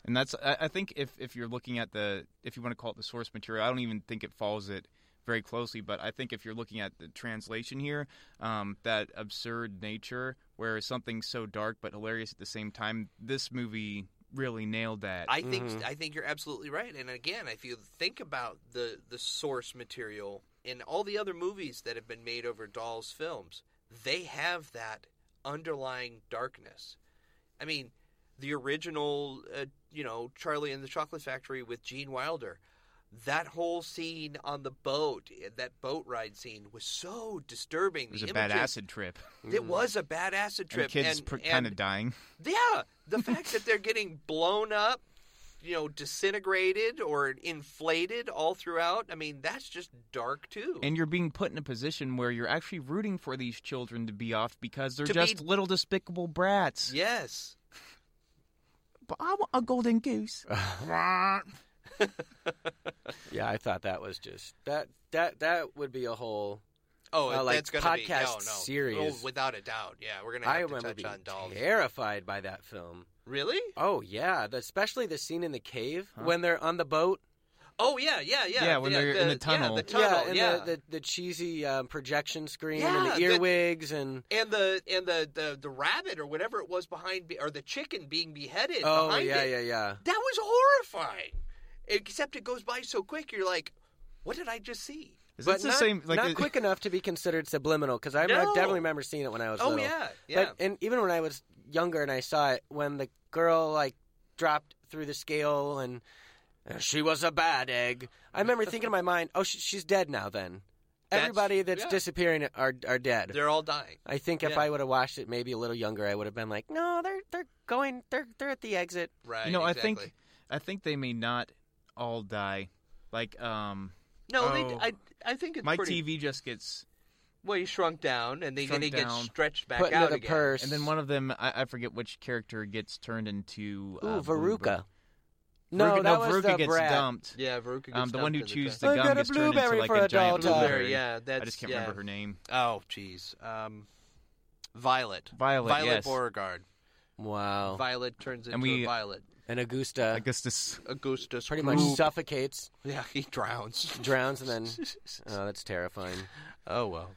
S3: And that's I, I think if if you're looking at the if you want to call it the source material, I don't even think it follows it very closely. But I think if you're looking at the translation here, um, that absurd nature where something's so dark but hilarious at the same time, this movie really nailed that.
S2: I think
S3: Mm-hmm.
S1: Mhm.
S2: I think you're absolutely right. And again, if you think about the the source material and all the other movies that have been made over Doll's films, they have that underlying darkness. I mean, the original, uh, you know, Charlie and the Chocolate Factory with Gene Wilder. That whole scene on the boat, eh, that boat ride scene, was so disturbing.
S3: it was
S2: The
S3: a bad
S2: images-
S3: acid trip.
S2: It was a bad acid trip.
S3: and kids
S2: and,
S3: pr-
S2: and-
S3: kind of dying.
S2: yeah,
S1: (laughs)
S2: the fact that they're getting blown up, you know, disintegrated or inflated all throughout. I mean, that's just dark too.
S3: And you're being put in a position where you're actually rooting for these children to be off because they're
S2: To be-
S3: just little despicable brats.
S2: yes,
S3: But I want a golden (laughs) goose.
S1: Yeah, I thought that was just that that that would be a whole.
S2: oh,
S1: Uh, like
S2: that's going to be no,
S1: podcast
S2: no,
S1: series.
S2: Oh, without a doubt. Yeah, we're going to
S1: I
S2: have to
S1: remember
S2: touch
S1: being
S2: on dolls.
S1: terrified by that film.
S2: Really?
S1: Oh yeah, the, especially the scene in the cave when they're on the boat.
S2: Oh yeah, yeah, yeah.
S3: Yeah, when
S2: the,
S3: they're in
S2: the,
S3: the
S2: Yeah,
S3: tunnel.
S2: the tunnel.
S1: yeah, and
S2: yeah.
S1: The, the the cheesy um, projection screen
S2: Yeah,
S1: and
S2: the-
S1: the earwigs and
S2: and the and the, the the rabbit or whatever it was behind be- or the chicken being beheaded
S1: oh
S2: behind
S1: yeah
S2: it.
S1: yeah yeah.
S2: That was horrifying. Except it goes by so quick. You're like, what did I just see?
S3: Is
S1: but
S3: this the
S1: not,
S3: same? Like uh,
S1: not
S3: the-
S1: quick enough to be considered subliminal because I,
S2: No.
S1: I definitely remember seeing it when I was
S2: Oh
S1: little.
S2: yeah, yeah.
S1: But and even when I was younger and I saw it, when the girl like dropped through the scale and uh, she was a bad egg, I remember thinking in my mind, oh, sh- she's dead now. Then
S2: That's-
S1: everybody that's
S2: yeah.
S1: disappearing are are dead.
S2: They're all dying.
S1: I think if
S2: yeah.
S1: I would have watched it maybe a little younger, I would have been like, no, they're they're going, they're they're at the exit.
S2: Right.
S3: you know, I
S2: exactly.
S3: think I think they may not all die. Like um,
S2: No,
S3: Oh.
S2: they, I I think it's
S3: my
S2: pretty.
S3: TV just gets,
S2: Well, you shrunk down, and they
S3: Shrunk
S2: then he gets
S3: down.
S2: stretched back
S1: Put
S2: out
S1: into the
S2: again.
S1: purse.
S3: and then one of them I, I forget which character gets turned into
S1: Ooh,
S3: uh, Bloober.
S1: Veruca. No, that
S3: Veruca, no,
S1: was
S3: Veruca
S1: the
S3: gets
S1: brat.
S3: dumped.
S2: Yeah, Veruca. Gets
S3: Um, the one who
S2: dumped in
S3: chews
S2: the
S3: the
S1: I got
S3: gum
S1: a
S3: gets turned into
S1: blueberry
S3: like
S1: for
S3: a
S1: a
S3: giant
S1: doll
S2: trunk.
S1: dog.
S3: blueberry.
S2: Blueberry, Yeah, that's
S3: I just can't
S2: yeah.
S3: remember her name.
S2: Oh, jeez. Um, Violet.
S3: Violet,
S2: Violet
S3: yes. Oh.
S2: Beauregard.
S1: Wow.
S2: Violet turns into
S3: And we-
S2: a violet.
S1: and Augusta
S3: Augustus.
S2: Augustus.
S1: pretty much
S2: Gloop.
S1: suffocates,
S2: (laughs) Yeah, he drowns.
S1: drowns, and then
S2: (laughs)
S1: oh, that's terrifying.
S2: oh well.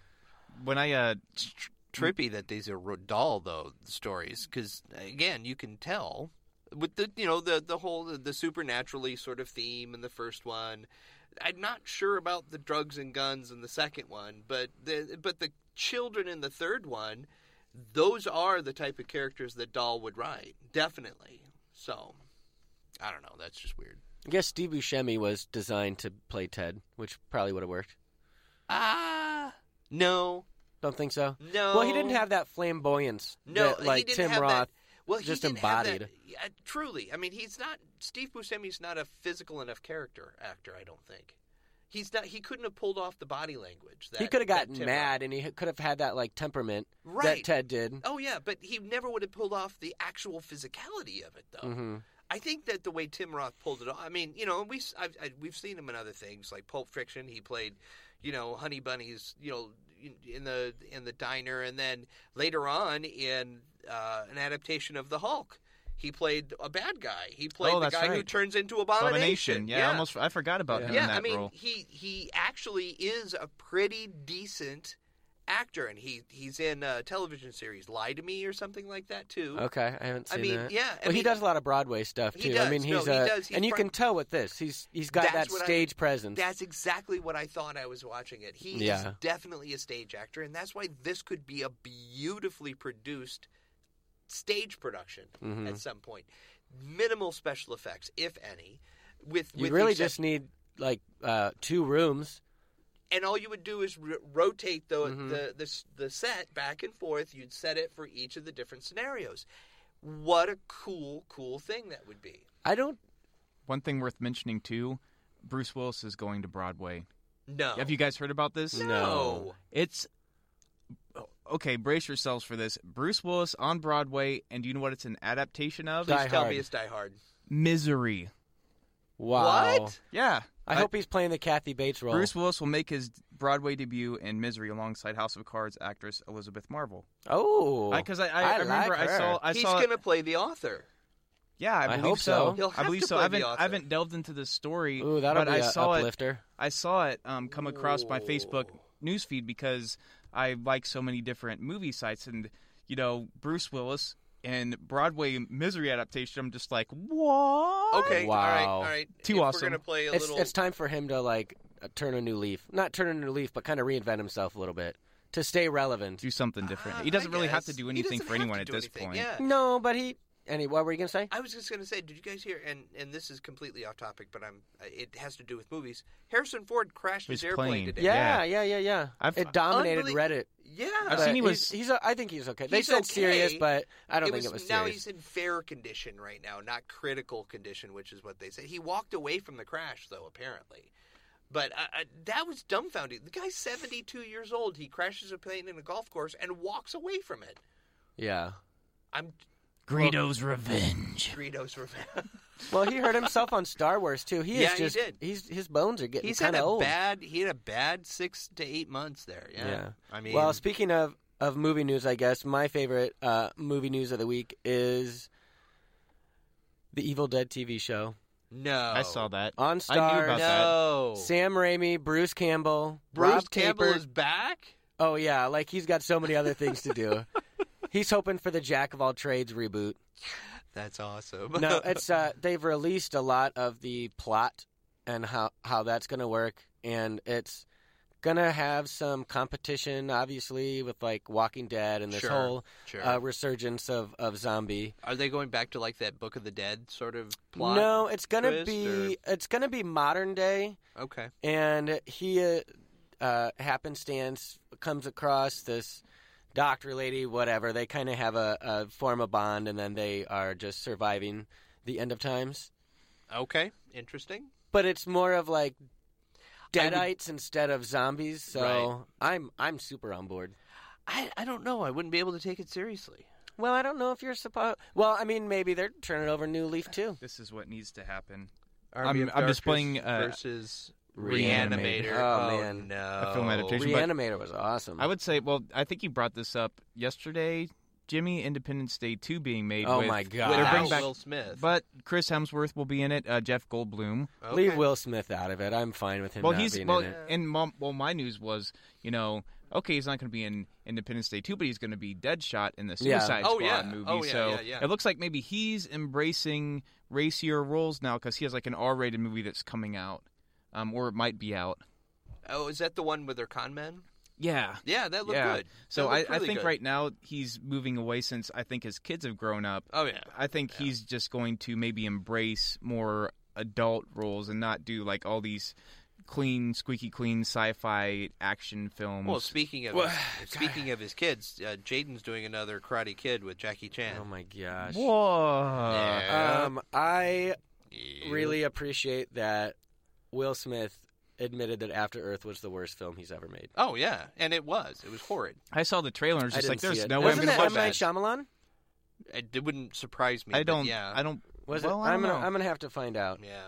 S3: When I uh,
S2: It's tr-
S1: Mm-hmm.
S2: trippy that these are ro- doll though stories because again you can tell with the you know the the whole the, the supernaturally sort of theme in the first one i'm not sure about the drugs and guns in the second one but the but the children in the third one those are the type of characters that doll would write definitely so i don't know that's just weird
S1: I guess Steve Buscemi was designed to play Ted, which probably would have worked.
S2: ah no
S1: Don't think so.
S2: no
S1: Well, he didn't have that flamboyance
S2: No,
S1: that, like
S2: he didn't
S1: Tim
S2: have
S1: Roth.
S2: That, well, he
S1: just
S2: didn't have that-
S1: embodied.
S2: yeah, truly, I mean, he's not Steve Buscemi's not a physical enough character actor. I don't think he's not. He couldn't have pulled off the body language. That,
S1: he could have
S2: that
S1: gotten
S2: Tim
S1: mad, and he could have had that like temperament
S2: Roth- right?
S1: that Ted did.
S2: oh yeah, but he never would have pulled off the actual physicality of it, though.
S1: hmm
S2: I think that the way Tim Roth pulled it off. I mean, you know, we I've, I, we've seen him in other things like Pulp Fiction. He played, you know, Honey Bunnies, you know, in the in the diner, and then later on in uh, an adaptation of the Hulk, he played a bad guy. He played
S3: Oh,
S2: the
S3: that's
S2: guy who
S3: right.
S2: turns into abomination.
S3: Abomination. Yeah, I almost I forgot about
S1: Yeah.
S3: him
S2: yeah,
S3: in that
S2: I mean,
S3: role.
S2: he he actually is a pretty decent actor, and he he's in a television series, Lie to Me or something like that too.
S1: Okay, I haven't
S2: I
S1: seen
S2: mean,
S1: that.
S2: yeah, I
S1: well, he
S2: mean-
S1: does a lot of Broadway stuff too.
S2: He
S1: I mean,
S2: does. No,
S1: he's
S2: he
S1: a,
S2: does. He's
S1: and you
S2: fr-
S1: can tell with this, he's he's got that
S2: That's what I-
S1: stage presence.
S2: That's exactly what I thought I was watching it. He is
S1: Yeah.
S2: definitely a stage actor, and that's why this could be a beautifully produced stage production
S1: Mhm.
S2: at some point. Minimal special effects, if any. With,
S1: you
S2: with the
S1: really
S2: exception-
S1: just need like uh, two rooms.
S2: and all you would do is r rotate the,
S1: Mhm.
S2: the the s- the set back and forth. You'd set it for each of the different scenarios. What a cool, cool thing that would be!
S1: I don't.
S3: One thing worth mentioning too, Bruce Willis is going to Broadway.
S2: No,
S3: Have you guys heard about this?
S2: Oh. no.
S1: No.
S3: It's oh, okay. Brace yourselves for this. Bruce Willis on Broadway, and do you know what it's an adaptation of?
S1: Die
S2: Please tell
S1: Hard.
S2: me it's Die Hard.
S3: Misery.
S1: Wow.
S2: What?
S3: Yeah,
S1: I,
S3: I-
S1: hope he's playing the Kathy Bates role.
S3: Bruce Willis will make his Broadway debut in Misery alongside House of Cards actress Elizabeth Marvel.
S1: oh,
S3: Because I, I, I, remember
S1: like
S3: I saw
S1: her.
S3: I
S2: He's
S3: saw
S2: gonna play the author.
S3: yeah I
S1: I
S3: believe
S1: hope so.
S2: He'll
S3: I
S2: have
S3: believe
S2: to
S3: so.
S2: play
S3: I
S2: the
S3: haven't
S2: author.
S3: I haven't delved into this story.
S1: Ooh, that'll
S3: but
S1: be
S3: I
S1: a
S3: saw it
S1: uplifter.
S3: I saw it um, come across my Facebook newsfeed because I like so many different movie sites, and you know Bruce Willis and Broadway Misery adaptation. I'm just like, what?
S2: Okay, all right,
S1: Wow.
S2: all right.
S3: Too
S2: If
S3: awesome.
S2: We're gonna play a
S1: It's,
S2: little.
S1: it's time for him to like uh, turn a new leaf. Not turn a new leaf, but kind of reinvent himself a little bit to stay relevant.
S3: Do something different.
S2: Ah,
S3: he doesn't
S2: I
S3: really have to
S2: guess.
S3: do
S2: He
S3: anything
S2: doesn't
S3: for
S2: have
S3: anyone
S2: to
S3: at
S2: do
S3: this
S2: anything,
S3: point.
S2: Yeah.
S1: No, but he. Any, what were you gonna say?
S2: I was just gonna say, did you guys hear? And and this is completely off topic, but I'm. It has to do with movies. Harrison Ford crashed
S3: His
S2: his airplane
S3: plane.
S2: today.
S1: Yeah, yeah, yeah, yeah.
S3: I've-
S1: it dominated
S2: Unbelie-
S1: Reddit.
S2: Yeah.
S3: I've seen he was-
S1: He's, he's a, I think he's okay. They
S2: He's
S1: said
S2: okay.
S1: serious, but I don't
S2: it
S1: think
S2: was,
S1: it was serious.
S2: now he's in fair condition right now, not critical condition, which is what they say. He walked away from the crash though, apparently. But I, I, that was dumbfounding. The guy's seventy-two years old. He crashes a plane in a golf course and walks away from it.
S1: Yeah.
S2: I'm
S3: Greedo's revenge.
S2: Greedo's (laughs) revenge.
S1: Well, he hurt himself on Star Wars too. He
S2: Yeah,
S1: is
S2: he
S1: just
S2: did.
S1: he's his bones are getting
S2: He's had
S1: kind of
S2: a
S1: old.
S2: bad. He had a bad six to eight months there. Yeah.
S1: Yeah.
S2: I mean,
S1: well, speaking of of movie news, I guess my favorite uh, movie news of the week is the Evil Dead TV show
S2: no.
S3: I saw that.
S1: on
S3: I knew
S1: Star.
S3: about that.
S2: No.
S1: Sam Raimi, Bruce Campbell,
S2: Bruce
S1: Rob
S2: Campbell
S1: Capper.
S2: is back.
S1: Oh yeah, like he's got so many other things to do. he's hoping for the Jack of all trades reboot.
S2: That's awesome. (laughs)
S1: no, it's uh, they've released a lot of the plot and how how that's going to work, and it's gonna have some competition, obviously, with like Walking Dead and this
S2: Sure,
S1: whole
S2: sure.
S1: uh, resurgence of of zombie.
S2: Are they going back to like that Book of the Dead sort of plot?
S1: no, it's gonna
S2: twist,
S1: be it's gonna be modern day,
S2: Okay.
S1: and he uh, uh, happenstance comes across this. Doctor lady, whatever, they kind of have a, a form of bond, and then they are just surviving the end of times.
S2: Okay. Interesting.
S1: but it's more of like
S2: I would-
S1: deadites instead of zombies. So
S2: Right.
S1: I'm I'm super on board.
S2: I, I don't know. I wouldn't be able to take it seriously.
S1: Well, I don't know if you're supposed. Well, I mean, maybe they're turning over a new leaf too.
S3: This is what needs to happen.
S2: Army
S3: I'm-
S2: of
S3: I'm
S2: Darkness
S3: displaying, uh,
S2: versus
S3: Reanimator.
S2: Reanimator.
S1: Oh, man.
S2: no!
S3: A film adaptation. But-
S1: Reanimator was awesome.
S3: I would say, well, I think you brought this up yesterday. Jimmy Independence Day two being made.
S1: Oh
S3: with-
S1: my God.
S3: they're
S2: Without
S3: bringing back-
S2: Will Smith.
S3: But Chris Hemsworth will be in it. Uh, Jeff Goldblum.
S2: Okay.
S1: Leave Will Smith out of it. I'm fine with him
S3: well,
S1: not
S3: he's
S1: being
S3: well,
S1: in it.
S3: and mom, well, my news was, you know, okay, he's not going to be in Independence Day two, but he's going to be Deadshot in the
S1: Yeah.
S3: Suicide
S2: Oh,
S3: Squad
S2: yeah.
S3: movie.
S2: Oh, yeah,
S3: so
S2: yeah, yeah.
S3: it looks like maybe he's embracing racier roles now because he has like an R rated movie that's coming out, um, or it might be out.
S2: Oh, is that the one with their con men?
S3: Yeah.
S2: Yeah, that looked
S3: yeah.
S2: good.
S3: So
S2: That
S3: I,
S2: looked
S3: I
S2: really
S3: think
S2: good.
S3: right now he's moving away since I think his kids have grown up.
S2: Oh yeah.
S3: I think he's just going to maybe embrace more adult roles and not do like all these clean, squeaky clean sci-fi action films.
S2: Well, speaking of
S3: (sighs)
S2: speaking of his kids, uh, Jaden's doing another Karate Kid with Jackie Chan.
S1: Oh
S3: Um,
S1: my gosh.
S3: Whoa.
S2: Yeah.
S1: Um, I
S2: Yeah.
S1: really appreciate that Will Smith admitted that After Earth was the worst film he's ever made.
S2: Oh yeah, and it was. It was horrid.
S3: I saw the trailer and it's
S1: I
S3: just
S1: didn't
S3: like
S1: see
S3: there's
S1: it.
S3: no way I'm
S1: Wasn't
S3: going to
S1: that
S3: watch
S1: M. Night
S3: that.
S1: Shyamalan?
S2: It, it wouldn't surprise me.
S3: I
S2: but
S3: don't
S2: Yeah.
S3: I don't
S1: Was
S3: well,
S1: it?
S3: I
S1: I'm
S3: don't
S1: gonna
S3: know.
S1: I'm gonna have to find out.
S2: yeah.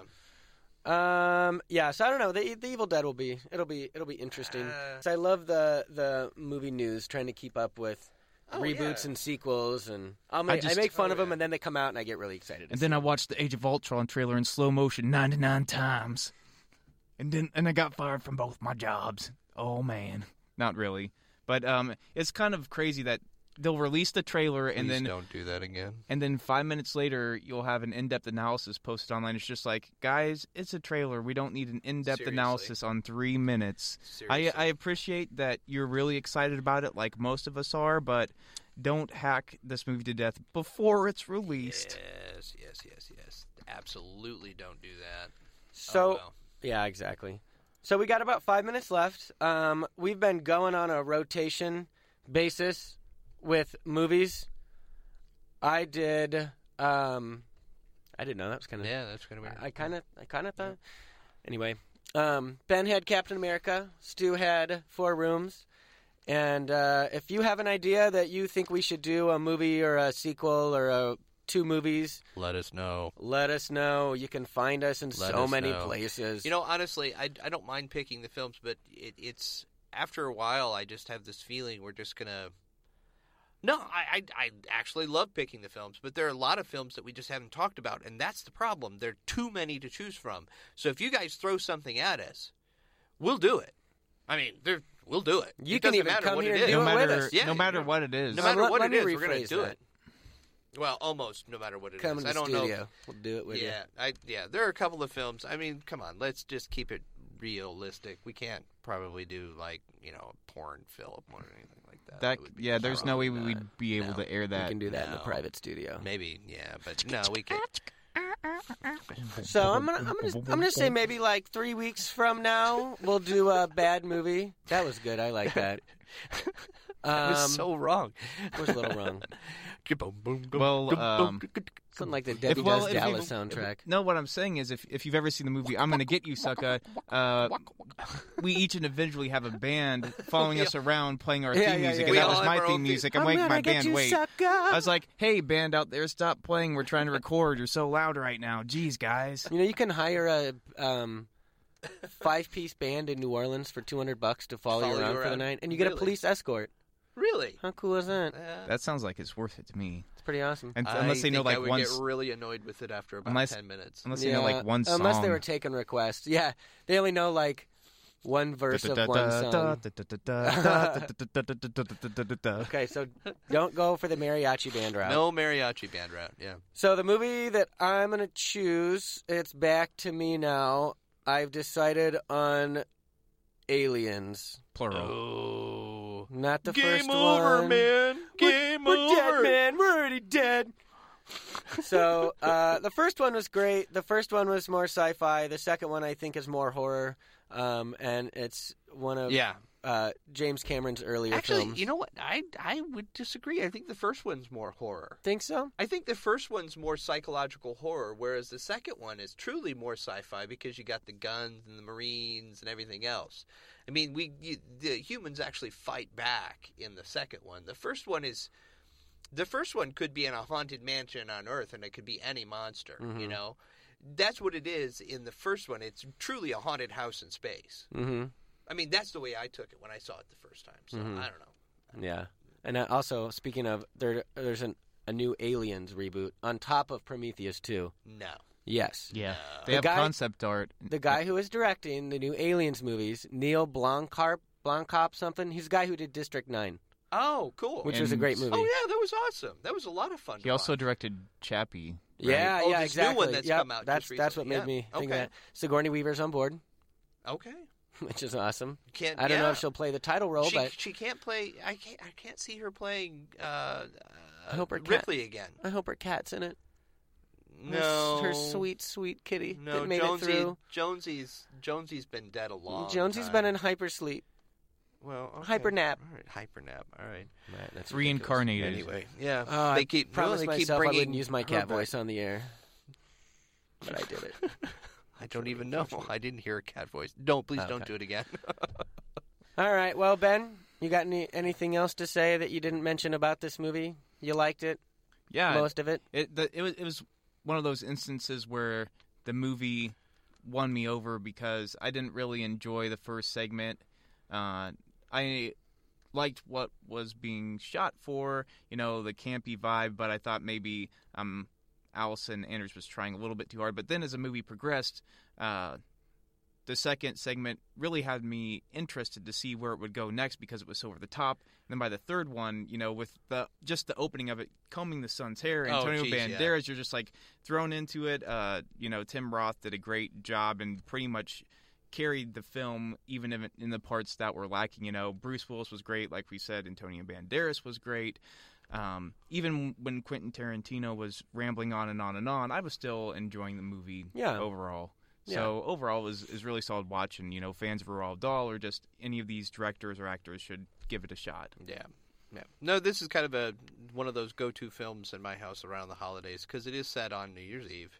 S1: Um. Yeah. So I don't know. The the Evil Dead will be it'll be it'll be interesting.
S2: Uh.
S1: So I love the the movie news trying to keep up with
S2: Oh,
S1: reboots
S2: yeah.
S1: and sequels, and I'll make, I,
S3: just-
S1: make fun
S2: oh,
S1: of them,
S2: yeah.
S1: and then they come out, and I get really excited. to
S3: And
S1: see
S3: then I
S1: them.
S3: watched the Age of Ultron trailer in slow motion 99 times. And then and I got fired from both my jobs. Oh man. Not really. But um it's kind of crazy that they'll release the trailer and
S2: Please
S3: then
S2: don't do that again.
S3: and then 5 minutes later you'll have an in-depth analysis posted online. It's just like, guys, it's a trailer. We don't need an in-depth
S2: Seriously.
S3: analysis on 3 minutes. I
S2: Seriously.
S3: I appreciate that you're really excited about it like most of us are, but don't hack this movie to death before it's released.
S2: Yes, yes, yes, yes. Absolutely don't do that.
S1: So
S2: oh, well.
S1: yeah, exactly. So we got about five minutes left. Um, we've been going on a rotation basis with movies. I did. Um, I didn't know that was kind of
S2: Yeah, that's gonna be.
S1: I- I kind of, I kind of thought. Anyway, um, Ben had Captain America. Stu had Four Rooms. And uh, if you have an idea that you think we should do a movie or a sequel or a two movies,
S2: Let us know.
S1: let us know. You can find us in
S2: Let
S1: so
S2: us
S1: many
S2: know.
S1: places.
S2: You know, honestly, I, I don't mind picking the films, but it, it's after a while, I just have this feeling we're just gonna. No, I, I I actually love picking the films, but there are a lot of films that we just haven't talked about, and that's the problem. There are too many to choose from. So if you guys throw something at us, we'll do it. I mean, there we'll do it.
S1: You
S2: it
S1: can
S2: doesn't
S1: even
S2: matter
S1: come
S2: what
S1: here
S2: it
S1: and do
S2: is.
S3: no
S1: it with
S3: matter
S1: us.
S2: Yeah,
S3: no matter
S2: yeah.
S3: what it is.
S2: No matter
S1: let-
S2: what
S1: let
S2: it is,
S1: me
S2: we're gonna
S1: rephrase
S2: do
S1: that.
S2: it. Well, almost no matter what it is.
S1: come in the
S2: I don't
S1: studio.
S2: know.
S1: We'll do it with you.
S2: yeah, I yeah. There are a couple of films. I mean, come on, let's just keep it realistic. We can't probably do like you know a porn film or anything like that.
S3: That
S2: would be
S3: yeah, there's no way
S2: probably
S3: we'd
S2: not.
S3: be able
S2: No.
S3: to air
S1: We
S3: that.
S1: can do that in the
S2: No.
S1: private
S2: (laughs)
S1: studio. (laughs)
S2: Maybe yeah, but no, we can't.
S1: So I'm gonna, I'm gonna, I'm gonna say maybe like three weeks from now we'll do a bad movie. That was good. I like that. Um,
S2: That was so wrong.
S1: was a little wrong.
S3: Well, um,
S1: Something like the Debbie
S3: well,
S1: Does
S3: if
S1: Dallas
S3: you-
S1: soundtrack.
S3: No, what I'm saying is, if if you've ever seen the movie "I'm Gonna Get You, Sucka," uh, we each individually have a band following us around playing our theme
S1: Yeah, yeah,
S3: music,
S1: yeah,
S3: and
S1: yeah.
S3: that
S1: We
S3: was
S2: all
S3: my
S2: have our
S3: theme
S2: own theme.
S3: music. I'm making my band wait.
S1: sucker.
S3: I was like, "Hey, band out there, stop playing! We're trying to record. You're so loud right now. Jeez, guys."
S1: you know, you can hire a um, five-piece band in New Orleans for 200 bucks to follow, you around for the night, and you get a
S2: Really?
S1: police escort.
S2: Really?
S1: How cool is that?
S2: Uh,
S3: That sounds like it's worth it to me.
S1: It's pretty awesome.
S3: And
S2: I
S3: unless they know
S2: think I
S3: like
S2: would
S3: one,
S2: get
S3: s-
S2: really annoyed with it after about
S3: Unless-
S2: ten minutes.
S3: unless they know like one song.
S1: Unless they were taking requests. Yeah, they only know like one verse of one song. Okay, so don't go for the mariachi band route.
S2: No mariachi band route. Yeah.
S1: So the movie that I'm gonna choose, it's back to me now. I've decided on Aliens,
S3: Plural.
S2: Oh.
S1: not the first
S2: Game
S1: one.
S2: over, man.
S1: We're-
S2: Game
S1: we're, dead,
S2: over.
S1: man. We're already dead. so uh, the first one was great. The first one was more sci-fi. The second one, I think, is more horror, um, and it's one of
S2: Yeah.
S1: uh, James Cameron's earlier
S2: Actually,
S1: films.
S2: you know what? I I would disagree. I think the first one's more horror.
S1: think so?
S2: I think the first one's more psychological horror, whereas the second one is truly more sci-fi because you got the guns and the marines and everything else. I mean, we you, the humans actually fight back in the second one. The first one is the first one could be in a haunted mansion on Earth, and it could be any monster. You
S1: Mhm.
S2: know, that's what it is in the first one. It's truly a haunted house in space.
S1: Mm-hmm.
S2: I mean, that's the way I took it when I saw it the first time. So
S1: Mhm.
S2: I don't know.
S1: Yeah. And uh, also, speaking of, there, there's an, a new Aliens reboot on top of Prometheus 2.
S2: No.
S1: Yes.
S3: Yeah.
S2: No.
S3: They
S1: The
S3: have
S1: guy-
S3: concept art.
S1: The guy who is directing the new Aliens movies, Neil Blomkamp, Blomkamp something, he's the guy who did District 9,
S2: Oh, cool.
S1: which was a
S3: And-
S1: great movie.
S2: oh yeah, that was awesome. That was a lot of fun.
S3: He
S2: to
S3: also
S2: watch.
S3: directed Chappie.
S1: Yeah,
S2: Right. Oh,
S1: yeah,
S2: this new one
S1: exactly.
S2: that's
S1: Yep,
S2: come out
S1: that's
S2: just
S1: that's what made
S2: recently.
S1: me
S2: Yeah,
S1: think
S2: okay.
S1: of that. Sigourney Weaver's on board, (laughs)
S2: okay.
S1: which is awesome.
S2: Can't.
S1: I don't know
S2: yeah.
S1: if she'll play the title role,
S2: she,
S1: but
S2: she can't play. I can't. I can't see her playing. Uh,
S1: I hope her cat-
S2: Ripley again.
S1: I hope her cat's in it. Her
S2: No,
S1: s- her, sweet, sweet kitty
S2: No,
S1: that made
S2: Jonesy.
S1: it through.
S2: Jonesy's Jonesy's been dead a long.
S1: Jonesy's
S2: time.
S1: been in hypersleep.
S2: well okay.
S1: hibernap.
S2: All right, hibernap. All right.
S1: that's
S3: Reincarnated.
S2: Anyway, yeah.
S1: Oh,
S2: they
S1: I
S2: keep.
S1: promised
S2: well, they keep
S1: myself I
S2: bringing
S1: wouldn't use my
S2: her
S1: cat
S2: back.
S1: voice on the air, but I did (laughs) it.
S2: I don't even know. (laughs) I didn't hear a cat voice. Don't please don't
S1: Okay.
S2: do it again.
S1: All right. Well, Ben, you got any, anything else to say that you didn't mention about this movie? You liked it,
S3: Yeah.
S1: most of it.
S3: It the, it was it was one of those instances where the movie won me over because I didn't really enjoy the first segment. Uh, I liked what was being shot for, you know, the campy vibe, but I thought maybe um Allison Anders was trying a little bit too hard. But then as the movie progressed, uh the second segment really had me interested to see where it would go next because it was so over the top. And then by the third one, you know, with the just the opening of it, combing the son's hair,
S2: Oh,
S3: Antonio
S2: geez, yeah.
S3: Banderas, you're just like thrown into it. Uh, you know, Tim Roth did a great job and pretty much carried the film, even if it- in the parts that were lacking. You know, Bruce Willis was great, like we said. Antonio Banderas was great. Um, even when Quentin Tarantino was rambling on and on and on, I was still enjoying the movie
S1: Yeah.
S3: overall. So overall, it was is really solid watch, and you know, fans of Roald Dahl or just any of these directors or actors should give it a shot.
S2: Yeah. Yeah. No, this is kind of a one of those go-to films in my house around the holidays because it is set on New Year's Eve.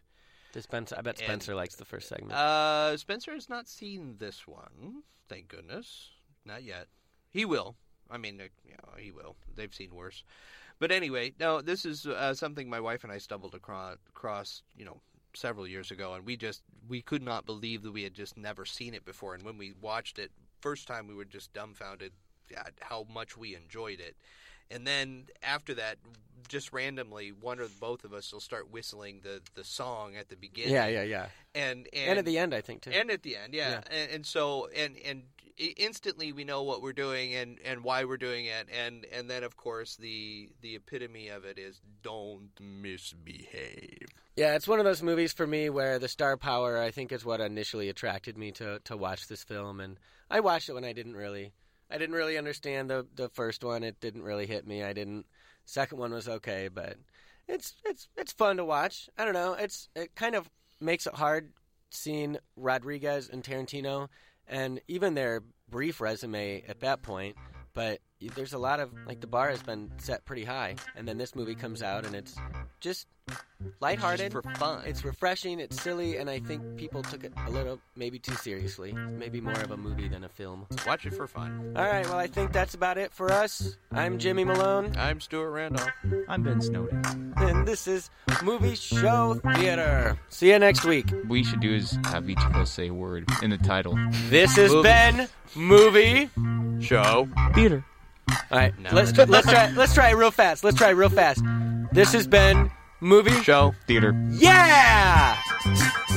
S1: The Spencer, I bet
S2: And-
S1: Spencer likes the first segment.
S2: Uh, Spencer has not seen this one, thank goodness, not yet. He will. I mean, uh, you know, he will. They've seen worse, But anyway, no, this is uh, something my wife and I stumbled across, across, you know, several years ago, and we just we could not believe that we had just never seen it before. And when we watched it first time, we were just dumbfounded at how much we enjoyed it. And then after that, just randomly, one or both of us will start whistling the the song at the beginning.
S1: Yeah, yeah, yeah.
S2: And and,
S1: And, at the end, I think too.
S2: and at the end, yeah. And, and so and and i- instantly we know what we're doing and and why we're doing it. And and then of course the the epitome of it is don't misbehave.
S1: yeah, it's one of those movies for me where the star power, I think, is what initially attracted me to to watch this film, and I watched it when I didn't really, I didn't really understand the the first one. It didn't really hit me. I didn't. Second one was okay, but it's it's it's fun to watch. I don't know. It's it kind of makes it hard seeing Rodriguez and Tarantino and even their brief resume at that point. But there's a lot of like the bar has been set pretty high, and then this movie comes out and it's just lighthearted
S2: Just for fun.
S1: It's refreshing. It's silly, and I think people took it a little maybe too seriously. Maybe more of a movie than a film.
S2: Watch it for fun.
S1: All right. Well, I think that's about it for us. I'm Jimmy Malone.
S2: I'm Stuart Randolph.
S3: I'm Ben Snowden.
S1: and this is Movie Show Theater. See you next week.
S3: We should do is have each of us say a word in the title.
S1: This is
S2: Movie.
S1: Ben Movie.
S2: Show.
S3: Theater.
S1: All right,
S2: No.
S1: let's let's try let's try it real fast. Let's try it real fast. This has been Movie.
S2: Show.
S3: Theater.
S1: Yeah.
S4: Theater.